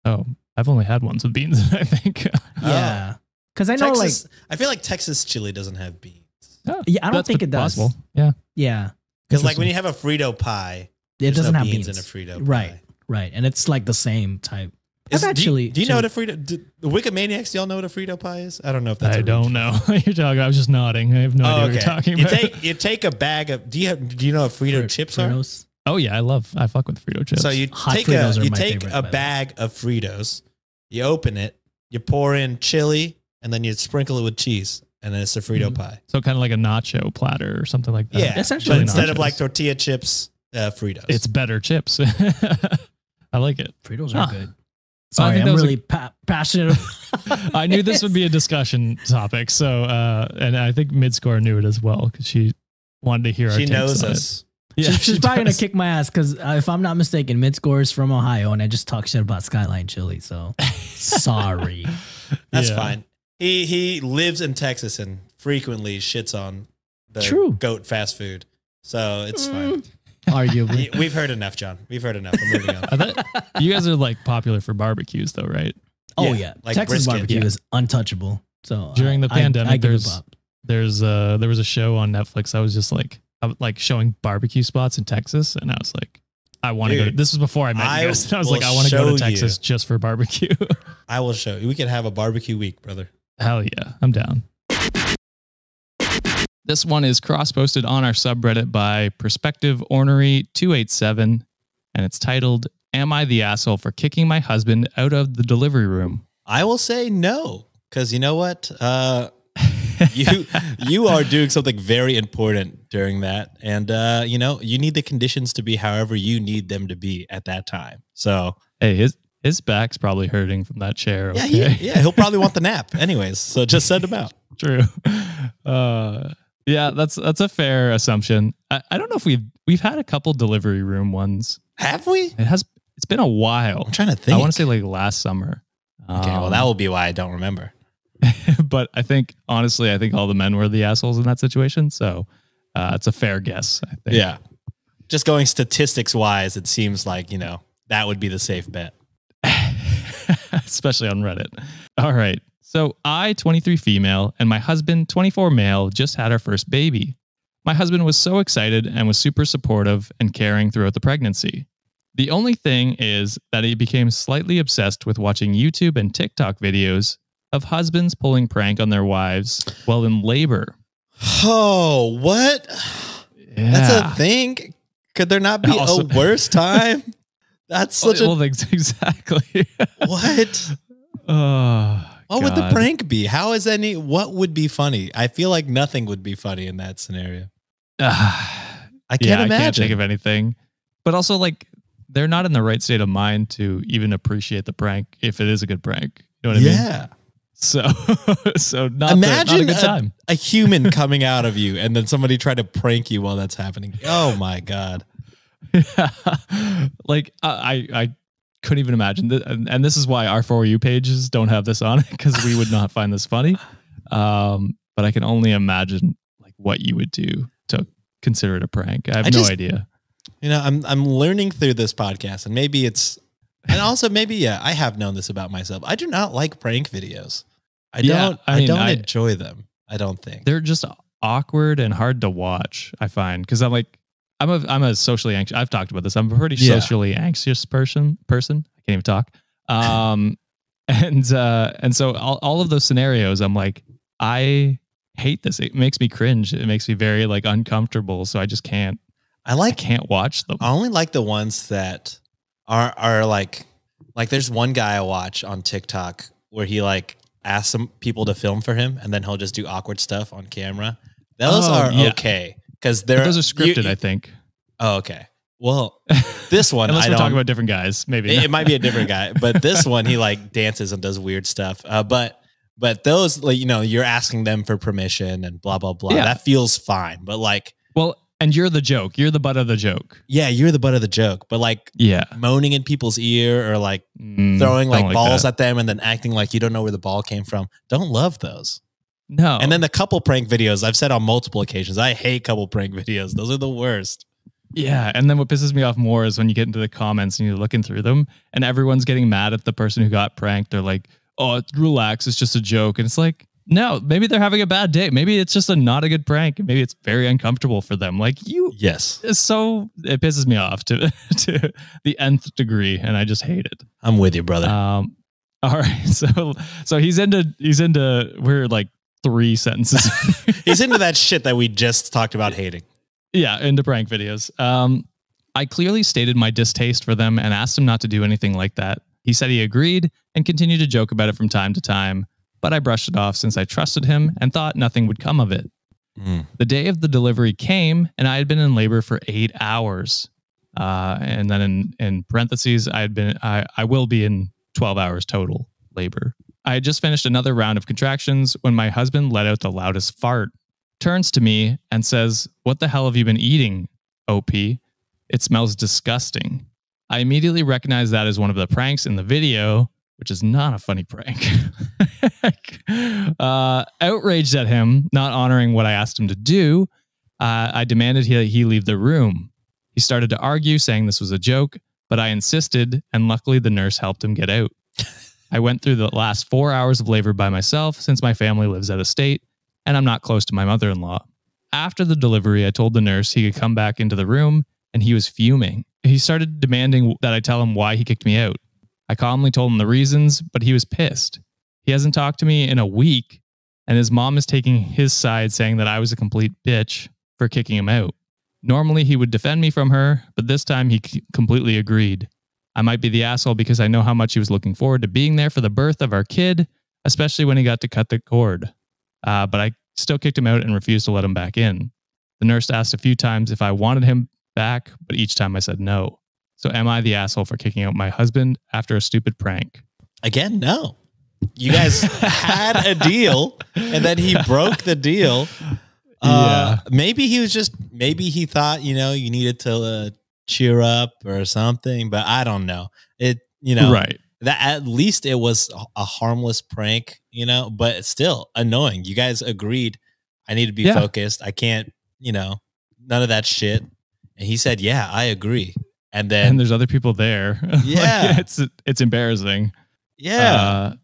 Speaker 1: Oh, I've only had ones with beans. I think.
Speaker 6: Oh.
Speaker 5: Yeah, because I know
Speaker 6: Texas, I feel like Texas chili doesn't have beans
Speaker 5: like yeah, I don't
Speaker 1: That's
Speaker 5: think it does.
Speaker 1: possible. Yeah.
Speaker 5: Yeah,
Speaker 6: because like when you have a Frito pie,
Speaker 5: it
Speaker 6: there's
Speaker 5: doesn't
Speaker 6: no
Speaker 5: have
Speaker 6: beans,
Speaker 5: beans,
Speaker 6: in a Frito pie.
Speaker 5: Right, right, and it's like the same type. I've
Speaker 6: Is-
Speaker 5: had
Speaker 6: do you-
Speaker 5: chili-
Speaker 6: Do you know what
Speaker 5: chili-
Speaker 6: a Frito? Do, the Wikimaniacs, do y'all know what a Frito pie is? I don't know if that's.
Speaker 1: I
Speaker 6: a real
Speaker 1: don't know. you're talking. I was just nodding. I have no idea
Speaker 6: Oh,
Speaker 1: what you're
Speaker 6: okay.
Speaker 1: talking
Speaker 6: You
Speaker 1: about.
Speaker 6: take you take a bag of do you have, do you know what Frito
Speaker 5: Fri-
Speaker 6: chips are?
Speaker 5: Fritos.
Speaker 1: oh yeah, I love. I fuck with Frito chips.
Speaker 6: So you
Speaker 5: Hot
Speaker 6: take
Speaker 5: Fritos
Speaker 6: a
Speaker 5: are
Speaker 6: you
Speaker 5: my
Speaker 6: take
Speaker 5: favorite, by
Speaker 6: a
Speaker 5: the way.
Speaker 6: bag of Fritos, you open it, you pour in chili, and then you sprinkle it with cheese, and then it's a Frito
Speaker 5: Mm-hmm.
Speaker 1: Mhm.
Speaker 6: pie.
Speaker 1: so kind of like a nacho platter or something like that.
Speaker 6: Yeah,
Speaker 5: essentially
Speaker 6: but instead of
Speaker 1: nachos.
Speaker 6: like tortilla chips, uh, Fritos.
Speaker 1: It's better chips. I like it.
Speaker 5: Fritos are
Speaker 1: Huh.
Speaker 5: good.
Speaker 10: So I
Speaker 5: Sorry,
Speaker 10: think that
Speaker 5: I'm
Speaker 10: was a-
Speaker 5: really pa- passionate.
Speaker 10: I knew this would be a discussion topic. So, uh, and I think Midscore knew it as well because she wanted to hear our
Speaker 6: She
Speaker 10: takes
Speaker 6: knows
Speaker 10: on it.
Speaker 6: us.
Speaker 10: Yeah,
Speaker 5: she's she's
Speaker 10: she
Speaker 5: probably
Speaker 10: does.
Speaker 5: gonna kick my ass because uh, if I'm not mistaken, mid score is from Ohio, and I just talk shit about Skyline Chili. So sorry.
Speaker 6: That's
Speaker 10: Yeah.
Speaker 6: fine. He he lives in Texas and frequently shits on the
Speaker 5: True.
Speaker 6: goat fast food. So it's fine.
Speaker 5: Arguably,
Speaker 6: Y- We've heard enough, John. We've heard enough. We're moving on.
Speaker 10: I thought- you guys are like popular for barbecues, though, right?
Speaker 5: oh
Speaker 6: Yeah,
Speaker 5: yeah,
Speaker 6: like
Speaker 5: Texas
Speaker 6: brisket,
Speaker 5: barbecue
Speaker 6: yeah.
Speaker 5: is untouchable. So uh,
Speaker 10: During the
Speaker 5: I- I-
Speaker 10: pandemic,
Speaker 5: I, give
Speaker 10: there's-
Speaker 5: up.
Speaker 10: There's uh there was a show on Netflix. I was just like, I was like showing barbecue spots in Texas, and I was like, I want to go. to
Speaker 6: Dude,
Speaker 10: This was before I met
Speaker 6: I
Speaker 10: you guys. and I was
Speaker 6: will
Speaker 10: like, I want to go to
Speaker 6: show
Speaker 10: Texas
Speaker 6: you.
Speaker 10: just for barbecue.
Speaker 6: I will show you. We can have a barbecue week, brother.
Speaker 10: Hell yeah, I'm down.
Speaker 1: This one is cross posted on our subreddit by Perspective Ornery 287, and it's titled, Am I the Asshole for Kicking My Husband Out of the Delivery Room?
Speaker 6: I will say no, because you know what? Uh, you you are doing something very important during that, and uh, you know you need the conditions to be however you need them to be at that time. So
Speaker 1: Hey, his, his back's probably hurting from that chair.
Speaker 6: yeah,
Speaker 1: okay?
Speaker 6: he, yeah, he'll probably want the nap anyways. So just send him out.
Speaker 1: True. Uh, yeah, that's that's a fair assumption. I, I don't know if we've we've had a couple delivery room ones.
Speaker 6: Have we?
Speaker 1: It has it's been a while.
Speaker 6: I'm trying to think.
Speaker 1: I want to say like last summer.
Speaker 6: Okay, well
Speaker 1: Um,
Speaker 6: that will be why I don't remember.
Speaker 1: but I think honestly, I think all the men were the assholes in that situation. So uh, it's a fair guess. I think.
Speaker 6: Yeah. Just going statistics wise, it seems like, you know, that would be the safe bet.
Speaker 1: especially on Reddit. All right. So I, 23 female, and my husband, 24 male, just had our first baby. My husband was so excited and was super supportive and caring throughout the pregnancy. The only thing is that he became slightly obsessed with watching YouTube and TikTok videos of husbands pulling prank on their wives while in labor.
Speaker 6: Oh, what? That's a thing? Could there not be
Speaker 1: Also-
Speaker 6: a worse time? That's such a
Speaker 1: well, ex- exactly.
Speaker 6: what?
Speaker 1: oh,
Speaker 6: What would the
Speaker 1: God.
Speaker 6: prank be? How is any what would be funny? I feel like nothing would be funny in that scenario.
Speaker 1: Ah.
Speaker 6: I can't
Speaker 1: yeah,
Speaker 6: imagine.
Speaker 1: I can't think of anything. But also, like, they're not in the right state of mind to even appreciate the prank if it is a good prank. You know what I mean?
Speaker 6: yeah.
Speaker 1: So, so not, the- not
Speaker 6: Imagine
Speaker 1: a good time.
Speaker 6: a human coming out of you and then somebody try to prank you while that's happening. Oh my god.
Speaker 1: like, I, I, I couldn't even imagine. Th- And, and this is why our for you pages don't have this on it because we would not find this funny. Um, but I can only imagine like what you would do to consider it a prank. I have
Speaker 6: I
Speaker 1: no
Speaker 6: just-
Speaker 1: idea.
Speaker 6: You know, I'm I'm learning through this podcast, and maybe it's, and also maybe yeah, I have known this about myself. I do not like prank videos. I
Speaker 1: Yeah,
Speaker 6: don't.
Speaker 1: I
Speaker 6: I,
Speaker 1: mean,
Speaker 6: don't
Speaker 1: I-
Speaker 6: enjoy them. I don't think.
Speaker 1: they're just awkward and hard to watch. I find because I'm like I'm a I'm a socially anxious. I've talked about this. I'm a pretty
Speaker 6: Yeah.
Speaker 1: socially anxious person. Person I can't even talk. Um, and uh, and so all, all of those scenarios, I'm like I hate this. It makes me cringe. It makes me very like uncomfortable. So I just can't.
Speaker 6: I
Speaker 1: I
Speaker 6: like.
Speaker 1: can't watch them.
Speaker 6: I only like the ones that are are like like. There's one guy I watch on TikTok where he like asks some people to film for him, and then he'll just do awkward stuff on camera. Those
Speaker 1: Oh,
Speaker 6: are
Speaker 1: yeah.
Speaker 6: okay because
Speaker 1: But
Speaker 6: they're
Speaker 1: those are
Speaker 6: you-
Speaker 1: scripted, I think.
Speaker 6: oh, okay. Well, this one
Speaker 1: Unless
Speaker 6: I
Speaker 1: we're
Speaker 6: don't.
Speaker 1: talking about different guys, maybe
Speaker 6: It, it might be a different guy, but this one he like dances and does weird stuff. Uh, but but those like you know you're asking them for permission and blah blah blah.
Speaker 1: Yeah.
Speaker 6: That feels fine. But like
Speaker 1: well, and you're the joke. You're the butt of the joke.
Speaker 6: yeah, you're the butt of the joke. But like
Speaker 1: Yeah,
Speaker 6: moaning in people's ear or like
Speaker 1: Mm,
Speaker 6: throwing like,
Speaker 1: don't
Speaker 6: balls
Speaker 1: that.
Speaker 6: at them and then acting like you don't know where the ball came from. Don't love those.
Speaker 1: no,
Speaker 6: And then the couple prank videos I've said on multiple occasions. I hate couple prank videos. Those are the worst.
Speaker 1: Yeah, and then what pisses me off more is when you get into the comments and you're looking through them, and everyone's getting mad at the person who got pranked. They're like, "Oh, it's- relax, it's just a joke," and it's like, no, maybe they're having a bad day. Maybe it's just a not a good prank. Maybe it's very uncomfortable for them. Like you,
Speaker 6: Yes,
Speaker 1: it's so it pisses me off to to the nth degree, and I just hate it.
Speaker 6: I'm with you, brother.
Speaker 1: Um, all right, so so he's into he's into we're like three sentences.
Speaker 6: He's into that shit that we just talked about hating.
Speaker 1: Yeah, into prank videos. Um, I clearly stated my distaste for them and asked him not to do anything like that. He said he agreed and continued to joke about it from time to time, but I brushed it off since I trusted him and thought nothing would come of it.
Speaker 6: Mm.
Speaker 1: The day of the delivery came, and I had been in labor for eight hours. Uh, and then in, in parentheses, I had been I, I will be in 12 hours total labor. I had just finished another round of contractions when my husband let out the loudest fart, turns to me and says, What the hell have you been eating, OP? It smells disgusting. I immediately recognize that as one of the pranks in the video, which is not a funny prank. uh, outraged at him not honoring what I asked him to do, uh, I demanded he, he leave the room. He started to argue, saying this was a joke, but I insisted, and luckily the nurse helped him get out. I went through the last four hours of labor by myself since my family lives out of state and I'm not close to my mother in law. After the delivery, I told the nurse he could come back into the room and he was fuming. He started demanding that I tell him why he kicked me out. I calmly told him the reasons, but he was pissed. He hasn't talked to me in a week, and his mom is taking his side, saying that I was a complete bitch for kicking him out. Normally, he would defend me from her, but this time he c- completely agreed. I might be the asshole because I know how much he was looking forward to being there for the birth of our kid, especially when he got to cut the cord. Uh, but I still kicked him out and refused to let him back in. The nurse asked a few times if I wanted him back, but each time I said no. So am I the asshole for kicking out my husband after a stupid prank?
Speaker 6: Again, no. You guys had a deal, and then he broke the deal. Uh, Maybe he was just maybe he thought you know you needed to uh, cheer up or something, but I don't know. It you know
Speaker 1: Right.
Speaker 6: that at least it was a harmless prank, you know, but it's still annoying. You guys agreed I need to be
Speaker 1: Yeah.
Speaker 6: focused. I can't, you know, none of that shit. And he said, "Yeah, I agree." And then
Speaker 1: And uh, there's other people there. Like,
Speaker 6: Yeah.
Speaker 1: it's it's embarrassing.
Speaker 6: yeah.
Speaker 1: Uh,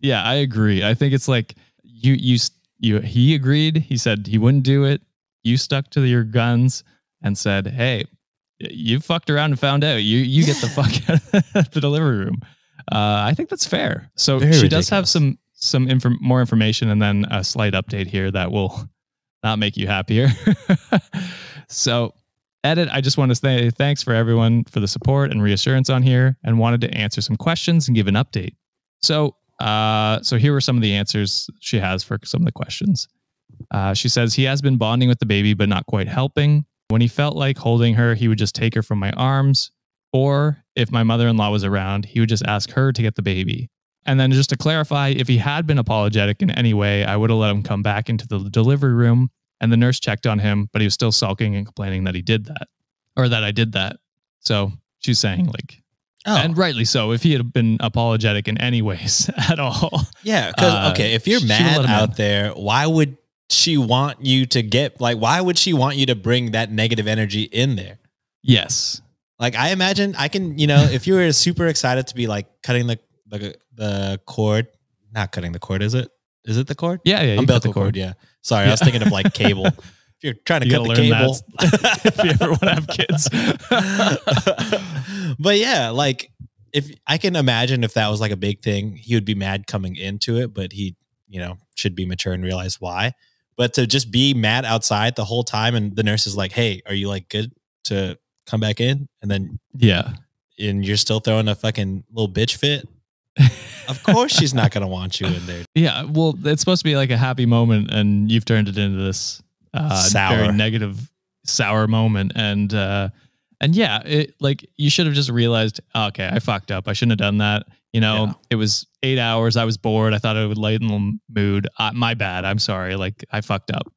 Speaker 1: yeah, I agree. I think it's like you you s- you he agreed. He said he wouldn't do it. You stuck to your guns and said, "Hey, y- you fucked around and found out. You you get the fuck out of the delivery room." Uh, I think that's fair. So
Speaker 6: Very
Speaker 1: she does have
Speaker 6: ridiculous.
Speaker 1: some some infor- more information and then a slight update here that will not make you happier. so edit, I just want to say thanks for everyone for the support and reassurance on here and wanted to answer some questions and give an update. So, uh, so here were some of the answers she has for some of the questions. Uh, she says he has been bonding with the baby, but not quite helping. When he felt like holding her, he would just take her from my arms. Or if my mother in law was around, he would just ask her to get the baby. And then just to clarify, if he had been apologetic in any way, I would have let him come back into the delivery room and the nurse checked on him, but he was still sulking and complaining that he did that or that I did that. So she's saying, like,
Speaker 6: Oh.
Speaker 1: and rightly so, if he had been apologetic in any ways at all.
Speaker 6: Yeah, because
Speaker 1: Uh,
Speaker 6: okay, if you're
Speaker 1: she would've
Speaker 6: mad
Speaker 1: let him
Speaker 6: out
Speaker 1: in.
Speaker 6: there, why would she want you to get like? Why would she want you to bring that negative energy in there?
Speaker 1: Yes.
Speaker 6: Like, I imagine I can, you know, if you were super excited to be like cutting the the, the cord, not cutting the cord, is it? Is it the cord?
Speaker 1: Yeah. Yeah. you cut
Speaker 6: umbilical cord. Yeah. Sorry, I was
Speaker 1: Yeah.
Speaker 6: thinking of like cable. if you're trying to
Speaker 1: You
Speaker 6: cut
Speaker 1: gotta
Speaker 6: the
Speaker 1: learn
Speaker 6: cable,
Speaker 1: that if you ever want to have kids.
Speaker 6: but yeah, like if I can imagine if that was like a big thing, he would be mad coming into it, but he, you know, should be mature and realize why. But to just be mad outside the whole time and the nurse is like, "Hey, are you like good to come back in?" and then
Speaker 1: yeah.
Speaker 6: and you're still throwing a fucking little bitch fit. Of course she's not going to want you in there.
Speaker 1: Yeah. Well, it's supposed to be like a happy moment, and you've turned it into this uh,
Speaker 6: Sour.
Speaker 1: very negative, sour moment. And uh, and yeah, it like you should have just realized, "Oh, okay, I fucked up. I shouldn't have done that. You know,
Speaker 6: Yeah.
Speaker 1: it was eight hours. I was bored. I thought it would lighten the mood. I, my bad. I'm sorry. Like I fucked up.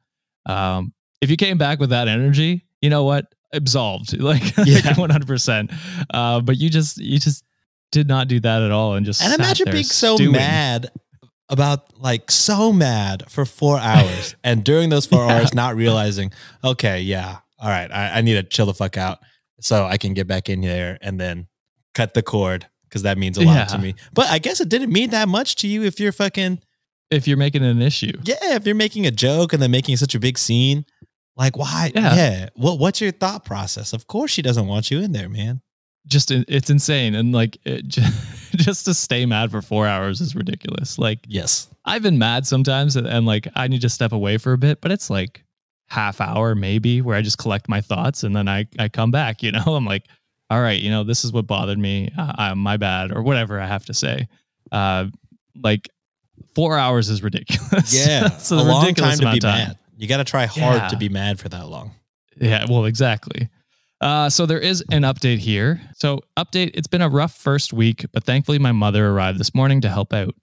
Speaker 1: Um, if you came back with that energy, you know what? Absolved, like
Speaker 6: Yeah.
Speaker 1: 100. percent uh, But you just you just did not do that at all, and just
Speaker 6: And
Speaker 1: sat
Speaker 6: imagine
Speaker 1: there
Speaker 6: being so
Speaker 1: stewing.
Speaker 6: mad about like so mad for four hours and during those four hours not realizing, okay, yeah, all right, I, I need to chill the fuck out so I can get back in there and then cut the cord because that means a lot to
Speaker 1: Yeah.
Speaker 6: me. But I guess it didn't mean that much to you if you're fucking,
Speaker 1: if you're making it an issue.
Speaker 6: yeah, if you're making a joke and then making such a big scene. Like, why? Yeah.
Speaker 1: Yeah.
Speaker 6: What, what's your thought process? Of course she doesn't want you in there, man.
Speaker 1: Just in- it's insane, and like it just, just to stay mad for four hours is ridiculous. Like
Speaker 6: Yes.
Speaker 1: I've been mad sometimes, and, and like I need to step away for a bit, but it's like half hour maybe where I just collect my thoughts and then I I come back. You know, I'm like, all right, you know, this is what bothered me. I, I, my bad, or whatever I have to say. Uh, like four hours is ridiculous.
Speaker 6: Yeah.
Speaker 1: it's a, ridiculous amount of time.
Speaker 6: mad. You got to try hard to
Speaker 1: Yeah.
Speaker 6: be mad for that long.
Speaker 1: Yeah, well, exactly. Uh, so there is an update here. So update, it's been a rough first week, but thankfully my mother arrived this morning to help out.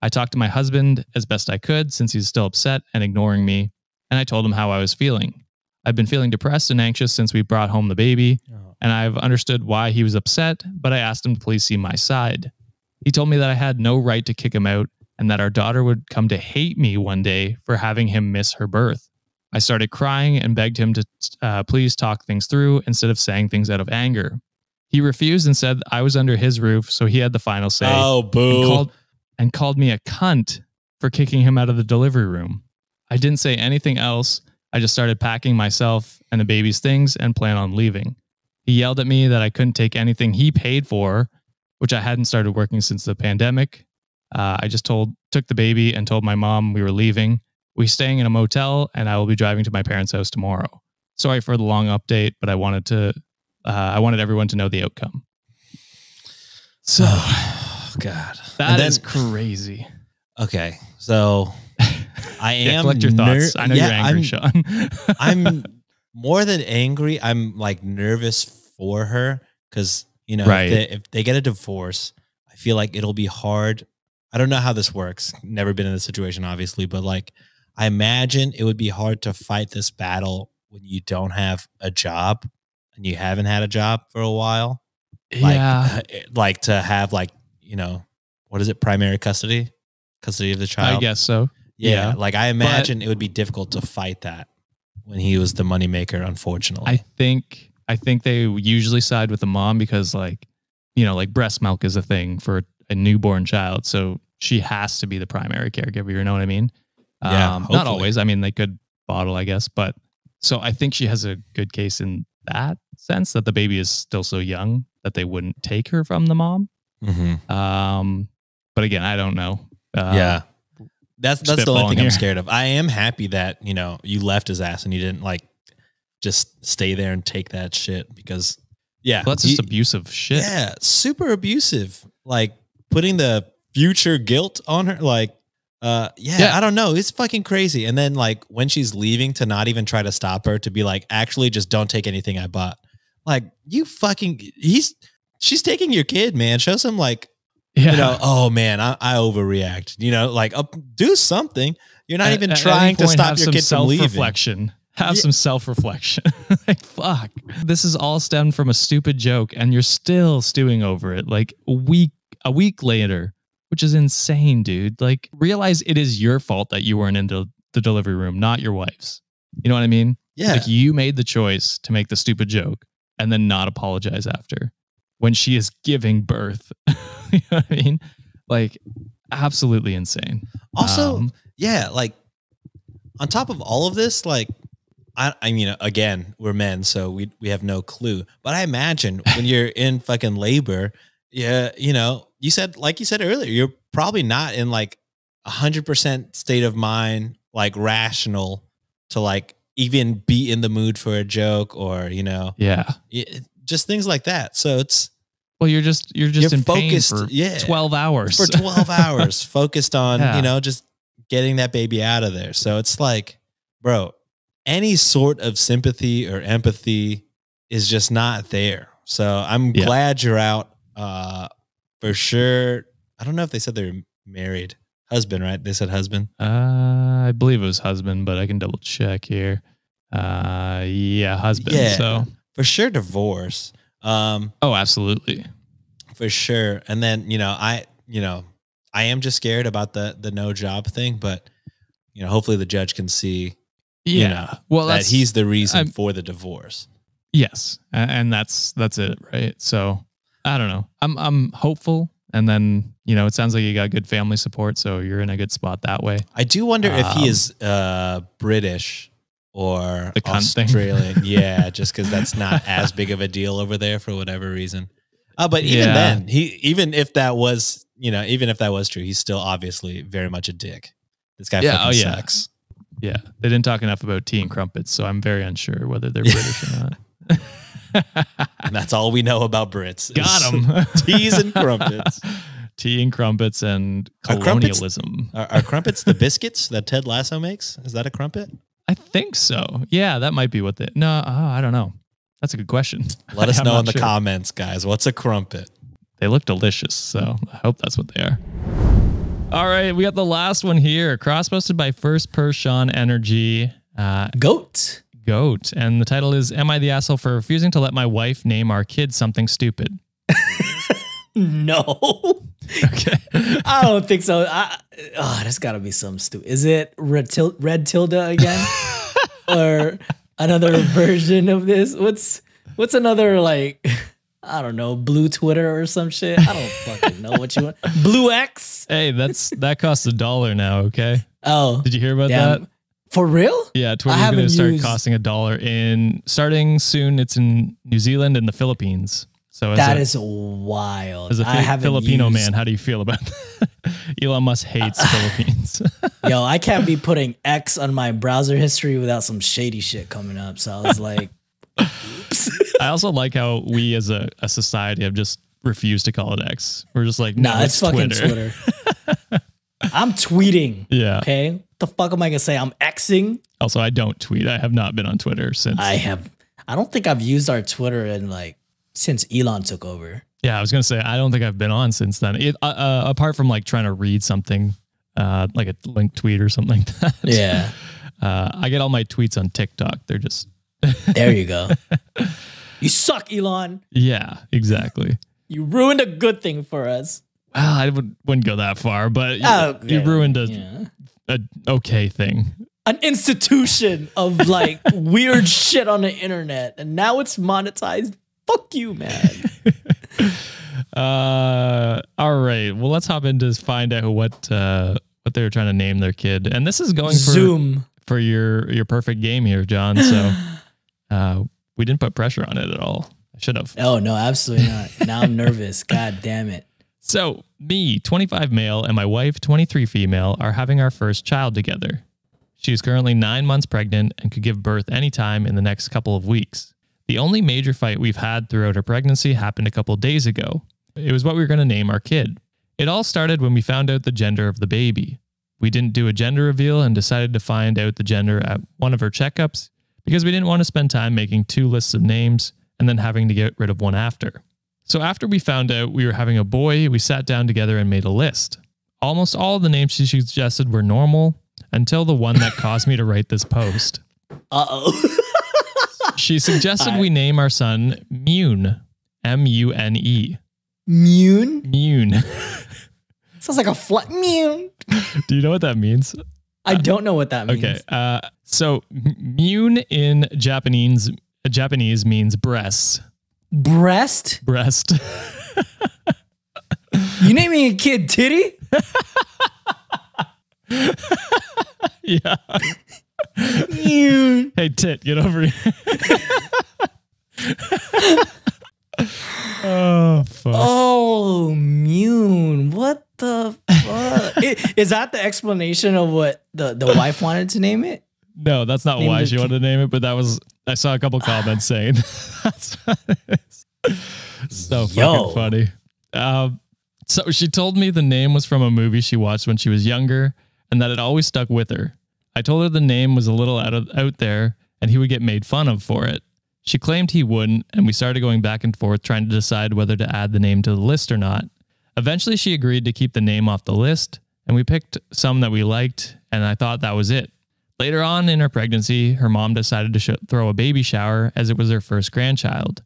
Speaker 1: I talked to my husband as best I could since he's still upset and ignoring me, and I told him how I was feeling. I've been feeling depressed and anxious since we brought home the baby, and I've understood why he was upset, but I asked him to please see my side. He told me that I had no right to kick him out and that our daughter would come to hate me one day for having him miss her birth. I started crying and begged him to uh, please talk things through instead of saying things out of anger. He refused and said I was under his roof, so he had the final say
Speaker 6: Oh,
Speaker 1: and
Speaker 6: boo.
Speaker 1: called and called me a cunt for kicking him out of the delivery room. I didn't say anything else. I just started packing myself and the baby's things and plan on leaving. He yelled at me that I couldn't take anything he paid for, which I hadn't started working since the pandemic. Uh, I just told took the baby and told my mom we were leaving. We staying in a motel and I will be driving to my parents' house tomorrow. Sorry for the long update, but I wanted to uh, I wanted everyone to know the outcome. So
Speaker 6: Oh, God.
Speaker 1: that
Speaker 6: And then-
Speaker 1: is crazy.
Speaker 6: Okay. So I am.
Speaker 1: Yeah, collect your thoughts.
Speaker 6: ner-
Speaker 1: I know
Speaker 6: Yeah,
Speaker 1: you're angry,
Speaker 6: I'm-
Speaker 1: Sean.
Speaker 6: I'm more than angry. I'm like nervous for her because you know
Speaker 1: Right.
Speaker 6: if, they, if they get a divorce, I feel like it'll be hard. I don't know how this works. Never been in this situation, obviously, but like I imagine it would be hard to fight this battle when you don't have a job and you haven't had a job for a while. Like, eh,
Speaker 1: yeah,
Speaker 6: like to have like you know what is it? Primary custody, custody of the child.
Speaker 1: I guess so.
Speaker 6: Yeah,
Speaker 1: Yeah.
Speaker 6: like I imagine it would be difficult to fight that when he was the moneymaker, unfortunately.
Speaker 1: I think I think they usually side with the mom because, like, you know, like breast milk is a thing for a newborn child, so she has to be the primary caregiver. You know what I mean? Um,
Speaker 6: Yeah,
Speaker 1: not
Speaker 6: hopefully.
Speaker 1: always. I mean, they could bottle, I guess, but so I think she has a good case in that sense that the baby is still so young that they wouldn't take her from the mom.
Speaker 6: mm-hmm.
Speaker 1: Um, but again, I don't know. Uh,
Speaker 6: yeah. That's that's the only
Speaker 1: spitballing
Speaker 6: thing
Speaker 1: here.
Speaker 6: I'm scared of. I am happy that, you know, you left his ass and you didn't like just stay there and take that shit because yeah.
Speaker 1: well, that's just
Speaker 6: he-
Speaker 1: abusive shit.
Speaker 6: Yeah, super abusive. Like putting the future guilt on her. Like, uh, yeah,
Speaker 1: Yeah.
Speaker 6: I don't know. It's fucking crazy. And then like when she's leaving to not even try to stop her to be like, actually, just don't take anything I bought. Like you fucking, he's she's taking your kid, man. Show some like,
Speaker 1: yeah.
Speaker 6: you know, oh man, I, I overreact. You know, like up, do something. You're not
Speaker 1: At-
Speaker 6: even
Speaker 1: at any
Speaker 6: trying to
Speaker 1: point,
Speaker 6: stop
Speaker 1: have
Speaker 6: your
Speaker 1: some
Speaker 6: kid from leaving.
Speaker 1: self-reflection. Have
Speaker 6: Yeah.
Speaker 1: some self-reflection. like fuck, this is all stemmed from a stupid joke, and you're still stewing over it. Like a week, a week later, which is insane, dude. Like realize it is your fault that you weren't in the, the delivery room, not your wife's. You know what I mean?
Speaker 6: Yeah,
Speaker 1: Like you made the choice to make the stupid joke and then not apologize after when she is giving birth. you know what I mean? Like absolutely insane.
Speaker 6: Also,
Speaker 1: Um,
Speaker 6: yeah, like on top of all of this, like I, I mean, again, we're men, so we we have no clue. But I imagine when you're in fucking labor, yeah, you know, you said like you said earlier, you're probably not in like a hundred percent state of mind, like rational to like even be in the mood for a joke or you know,
Speaker 1: yeah.
Speaker 6: it, just things like that. So it's
Speaker 1: Well, you're just you're just
Speaker 6: You're
Speaker 1: in
Speaker 6: focused,
Speaker 1: pain for
Speaker 6: yeah.
Speaker 1: twelve hours.
Speaker 6: for 12 hours focused on
Speaker 1: Yeah.
Speaker 6: you know just getting that baby out of there so it's like bro any sort of sympathy or empathy is just not there so i'm
Speaker 1: Yeah.
Speaker 6: glad you're out uh for sure i don't know if they said they're married husband right they said husband
Speaker 1: uh, I believe it was husband, but I can double check here. Uh, yeah, husband.
Speaker 6: Yeah.
Speaker 1: So,
Speaker 6: for sure divorce um
Speaker 1: oh, absolutely.
Speaker 6: for sure and then you know i you know i am just scared about the the no job thing but you know hopefully the judge can see
Speaker 1: Yeah.
Speaker 6: know,
Speaker 1: well,
Speaker 6: that
Speaker 1: that's
Speaker 6: he's the reason
Speaker 1: I'm-
Speaker 6: for the divorce.
Speaker 1: yes, a- and that's that's it, right? So, I don't know. I'm I'm hopeful, and then you know, it sounds like you got good family support, so you're in a good spot that way.
Speaker 6: I do wonder if
Speaker 1: Um,
Speaker 6: he is uh, British or
Speaker 1: The cunt thing.
Speaker 6: Australian. yeah, just because that's not as big of a deal over there for whatever reason. Uh, but even
Speaker 1: Yeah.
Speaker 6: then, he even if that was you know even if that was true, he's still obviously very much a dick. This guy
Speaker 1: Yeah,
Speaker 6: fucking
Speaker 1: oh, yeah.
Speaker 6: sucks.
Speaker 1: Yeah, they didn't talk enough about tea and crumpets, so I'm very unsure whether they're British or not.
Speaker 6: And that's all we know about Brits. is
Speaker 1: Got him.
Speaker 6: Teas and crumpets.
Speaker 1: Tea and crumpets and
Speaker 6: Are crumpets-
Speaker 1: colonialism.
Speaker 6: Are, are crumpets the biscuits that Ted Lasso makes? Is that a crumpet?
Speaker 1: I think so. Yeah, that might be what they. No, oh, I don't know. That's a good question.
Speaker 6: Let
Speaker 1: I
Speaker 6: us
Speaker 1: am
Speaker 6: know
Speaker 1: not
Speaker 6: in the
Speaker 1: sure.
Speaker 6: comments, guys. What's a crumpet?
Speaker 1: They look delicious, so I hope that's what they are. All right, we got the last one here. Cross posted by First Person Energy. Uh,
Speaker 5: Goat.
Speaker 1: goat. And the title is Am I the Asshole for Refusing to Let My Wife Name Our Kid Something Stupid?
Speaker 5: No,
Speaker 1: Okay.
Speaker 5: I don't think so. I, oh, that's got to be some stupid. Is it red, til- red tilde again, or another version of this? What's what's another like? I don't know, blue Twitter or some shit. I don't fucking know what you want. Blue X.
Speaker 1: hey, that's that costs a dollar now, okay?
Speaker 5: Oh,
Speaker 1: Did you hear about
Speaker 5: damn.
Speaker 1: that?
Speaker 5: For real?
Speaker 1: Yeah, Twitter's
Speaker 5: haven't
Speaker 1: gonna start
Speaker 5: used-
Speaker 1: costing a dollar in starting soon. It's in New Zealand and the Philippines. So as
Speaker 5: That
Speaker 1: a,
Speaker 5: is wild.
Speaker 1: as a
Speaker 5: I haven't
Speaker 1: Filipino
Speaker 5: used- Uh,
Speaker 1: man, how do you feel about that? Elon Musk hates Philippines.
Speaker 5: Yo, I can't be putting X on my browser history without some shady shit coming up. So I was like,
Speaker 1: I also like how we as a, a society have just refused to call it X. We're just like, no,
Speaker 5: nah, it's, fucking Twitter. I'm tweeting.
Speaker 1: Yeah.
Speaker 5: Okay. What the fuck am I gonna say? I'm Xing.
Speaker 1: Also, I don't tweet. I have not been on Twitter since.
Speaker 5: I have I don't think I've used our Twitter in like since Elon took over.
Speaker 1: Yeah, I was gonna say I don't think I've been on since then. It, uh, uh, apart from like trying to read something, uh, like a linked tweet or something like that.
Speaker 5: Yeah.
Speaker 1: Uh, I get all my tweets on TikTok. They're just
Speaker 5: there you go. You suck, Elon.
Speaker 1: yeah, exactly.
Speaker 5: You ruined a good thing for us.
Speaker 1: Well, I would, wouldn't go that far, but you,
Speaker 5: Oh,
Speaker 1: you
Speaker 5: yeah,
Speaker 1: ruined a,
Speaker 5: yeah.
Speaker 1: a okay thing.
Speaker 5: An institution of like weird shit on the internet, and now it's monetized. Fuck you, man.
Speaker 1: Uh, all right. Well, let's hop in to find out what uh, what they're trying to name their kid, and this is going for
Speaker 5: Zoom.
Speaker 1: for your your perfect game here, John. So uh, we didn't put pressure on it at all. I should have.
Speaker 5: Oh no, absolutely not. Now I'm nervous. God damn it.
Speaker 1: So, me, 25 male, and my wife, 23 female, are having our first child together. She is currently nine months pregnant and could give birth anytime in the next couple of weeks. The only major fight we've had throughout her pregnancy happened a couple days ago. It was what we were going to name our kid. It all started when we found out the gender of the baby. We didn't do a gender reveal and decided to find out the gender at one of her checkups because we didn't want to spend time making two lists of names and then having to get rid of one after. So after we found out we were having a boy, we sat down together and made a list. Almost all the names she suggested were normal until the one that caused me to write this post.
Speaker 5: Uh oh.
Speaker 1: She suggested we name our son Mune. M U N E.
Speaker 5: Mune?
Speaker 1: Mune.
Speaker 5: Sounds like a flat Mune.
Speaker 1: Do you know what that means?
Speaker 5: I don't know what that
Speaker 1: Uh,
Speaker 5: means.
Speaker 1: Okay. Uh, so m- Mune in Japanese Japanese means breast.
Speaker 5: Breast?
Speaker 1: Breast.
Speaker 5: You naming a kid titty?
Speaker 1: yeah.
Speaker 5: Mune.
Speaker 1: Hey, tit, get over here. oh, fuck.
Speaker 5: Oh, Mune. What the fuck? I- Is that the explanation of what the, the wife wanted to name it?
Speaker 1: No, that's not
Speaker 5: Name
Speaker 1: why
Speaker 5: the Ah.
Speaker 1: she wanted to name it, but that was I saw a couple comments saying that's what it is. so
Speaker 5: Yo.
Speaker 1: fucking funny. Um, so she told me the name was from a movie she watched when she was younger, and that it always stuck with her. I told her the name was a little out of, out there, and he would get made fun of for it. She claimed he wouldn't, and we started going back and forth trying to decide whether to add the name to the list or not. Eventually, she agreed to keep the name off the list, and we picked some that we liked, and I thought that was it. Later on in her pregnancy, her mom decided to sh- throw a baby shower as it was her first grandchild.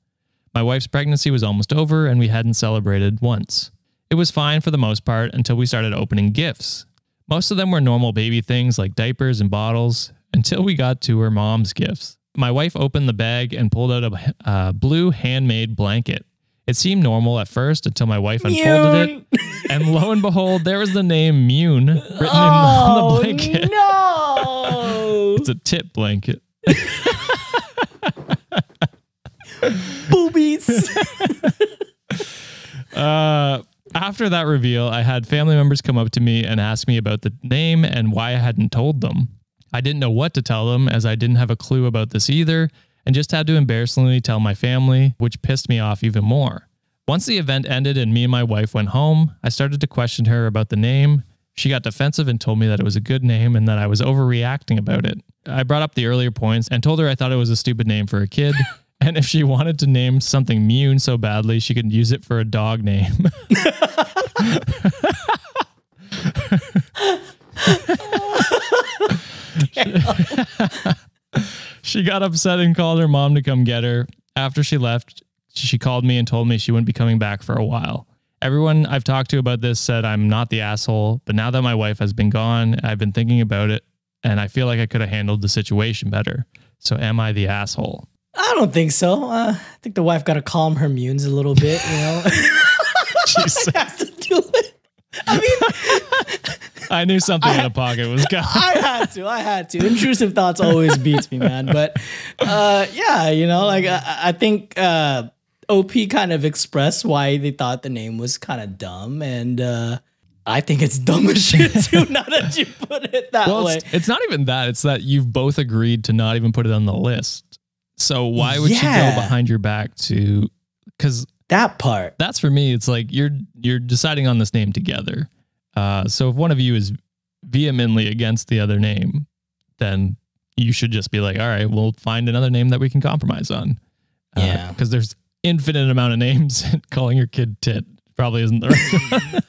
Speaker 1: My wife's pregnancy was almost over and we hadn't celebrated once. It was fine for the most part until we started opening gifts. Most of them were normal baby things like diapers and bottles until we got to her mom's gifts. My wife opened the bag and pulled out a uh, blue handmade blanket. It seemed normal at first until my wife unfolded it. And lo and behold, there was the name Mune written in, on the
Speaker 5: Oh,
Speaker 1: blanket.
Speaker 5: no.
Speaker 1: It's a tip blanket.
Speaker 5: Boobies.
Speaker 1: Uh, after that reveal, I had family members come up to me and ask me about the name and why I hadn't told them. I didn't know what to tell them as I didn't have a clue about this either and just had to embarrassingly tell my family, which pissed me off even more. Once the event ended and me and my wife went home, I started to question her about the name. She got defensive and told me that it was a good name and that I was overreacting about it. I brought up the earlier points and told her I thought it was a stupid name for a kid And if she wanted to name something Mune so badly, she could use it for a dog name. she got upset and called her mom to come get her. After she left, she called me and told me she wouldn't be coming back for a while. Everyone I've talked to about this said I'm not the asshole, but now that my wife has been gone, I've been thinking about it and I feel like I could have handled the situation better. So am I the asshole?
Speaker 5: I don't think so. Uh, I think the wife got to calm her munes a little bit, you know?
Speaker 1: Jesus.
Speaker 5: I have to do it. I mean,
Speaker 1: I knew something in the pocket was coming.
Speaker 5: I had to. I had to. Intrusive thoughts always beats me, man. But uh, yeah, you know, like I, I think uh, OP kind of expressed why they thought the name was kind of dumb. And uh, I think it's dumb as shit, too, now that you put it that
Speaker 1: Well,
Speaker 5: way.
Speaker 1: it's, it's not even that. It's that you've both agreed to not even put it on the list. So why would she
Speaker 5: Yeah.
Speaker 1: go behind your back to? Because
Speaker 5: That part.
Speaker 1: that's for me. It's like you're you're deciding on this name together. Uh, so if one of you is vehemently against the other name, then you should just be like, all right, we'll find another name that we can compromise on.
Speaker 5: Yeah.
Speaker 1: Because there's infinite amount of names, and calling your kid tit probably isn't the right. one.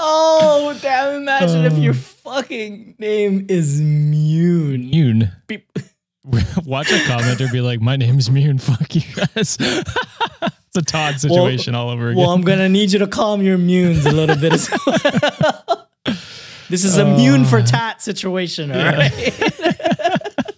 Speaker 5: Oh, damn. Imagine if
Speaker 1: Um.
Speaker 5: your fucking name is Mune.
Speaker 1: Mune.
Speaker 5: Beep.
Speaker 1: Watch a commenter be like, "My name's Mune. Fuck you guys." it's a Todd situation all over again.
Speaker 5: Well, I'm gonna need you to calm your munes a little bit as well. this is a
Speaker 1: Uh.
Speaker 5: mune for tat situation, all right?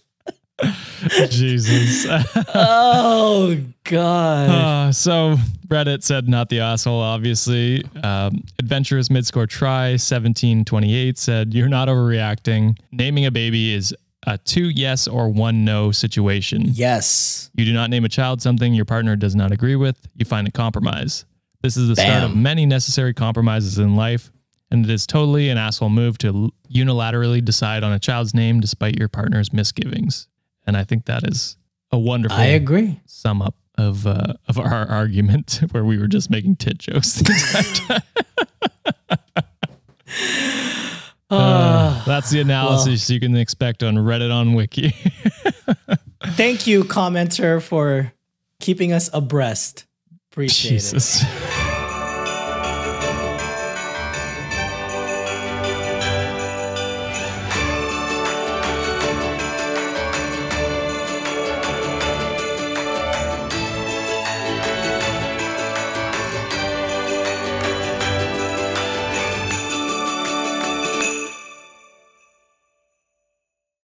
Speaker 1: Jesus.
Speaker 5: Oh god.
Speaker 1: Uh, so Reddit said, "Not the asshole." Obviously, um, adventurous midscore try seventeen twenty eight said, "You're not overreacting. Naming a baby is a two yes or one no situation.
Speaker 5: Yes.
Speaker 1: You do not name a child something your partner does not agree with. You find a compromise. This is the start of many necessary compromises in life, and it is totally an asshole move to l- unilaterally decide on a child's name despite your partner's misgivings. And I think that is a wonderful
Speaker 5: I agree.
Speaker 1: sum up of uh, of our argument where we were just making tit jokes the entire time. Uh, that's the analysis you can expect on Reddit on Wiki.
Speaker 5: Thank you, commenter, for keeping us abreast. Appreciate it.
Speaker 1: Jesus.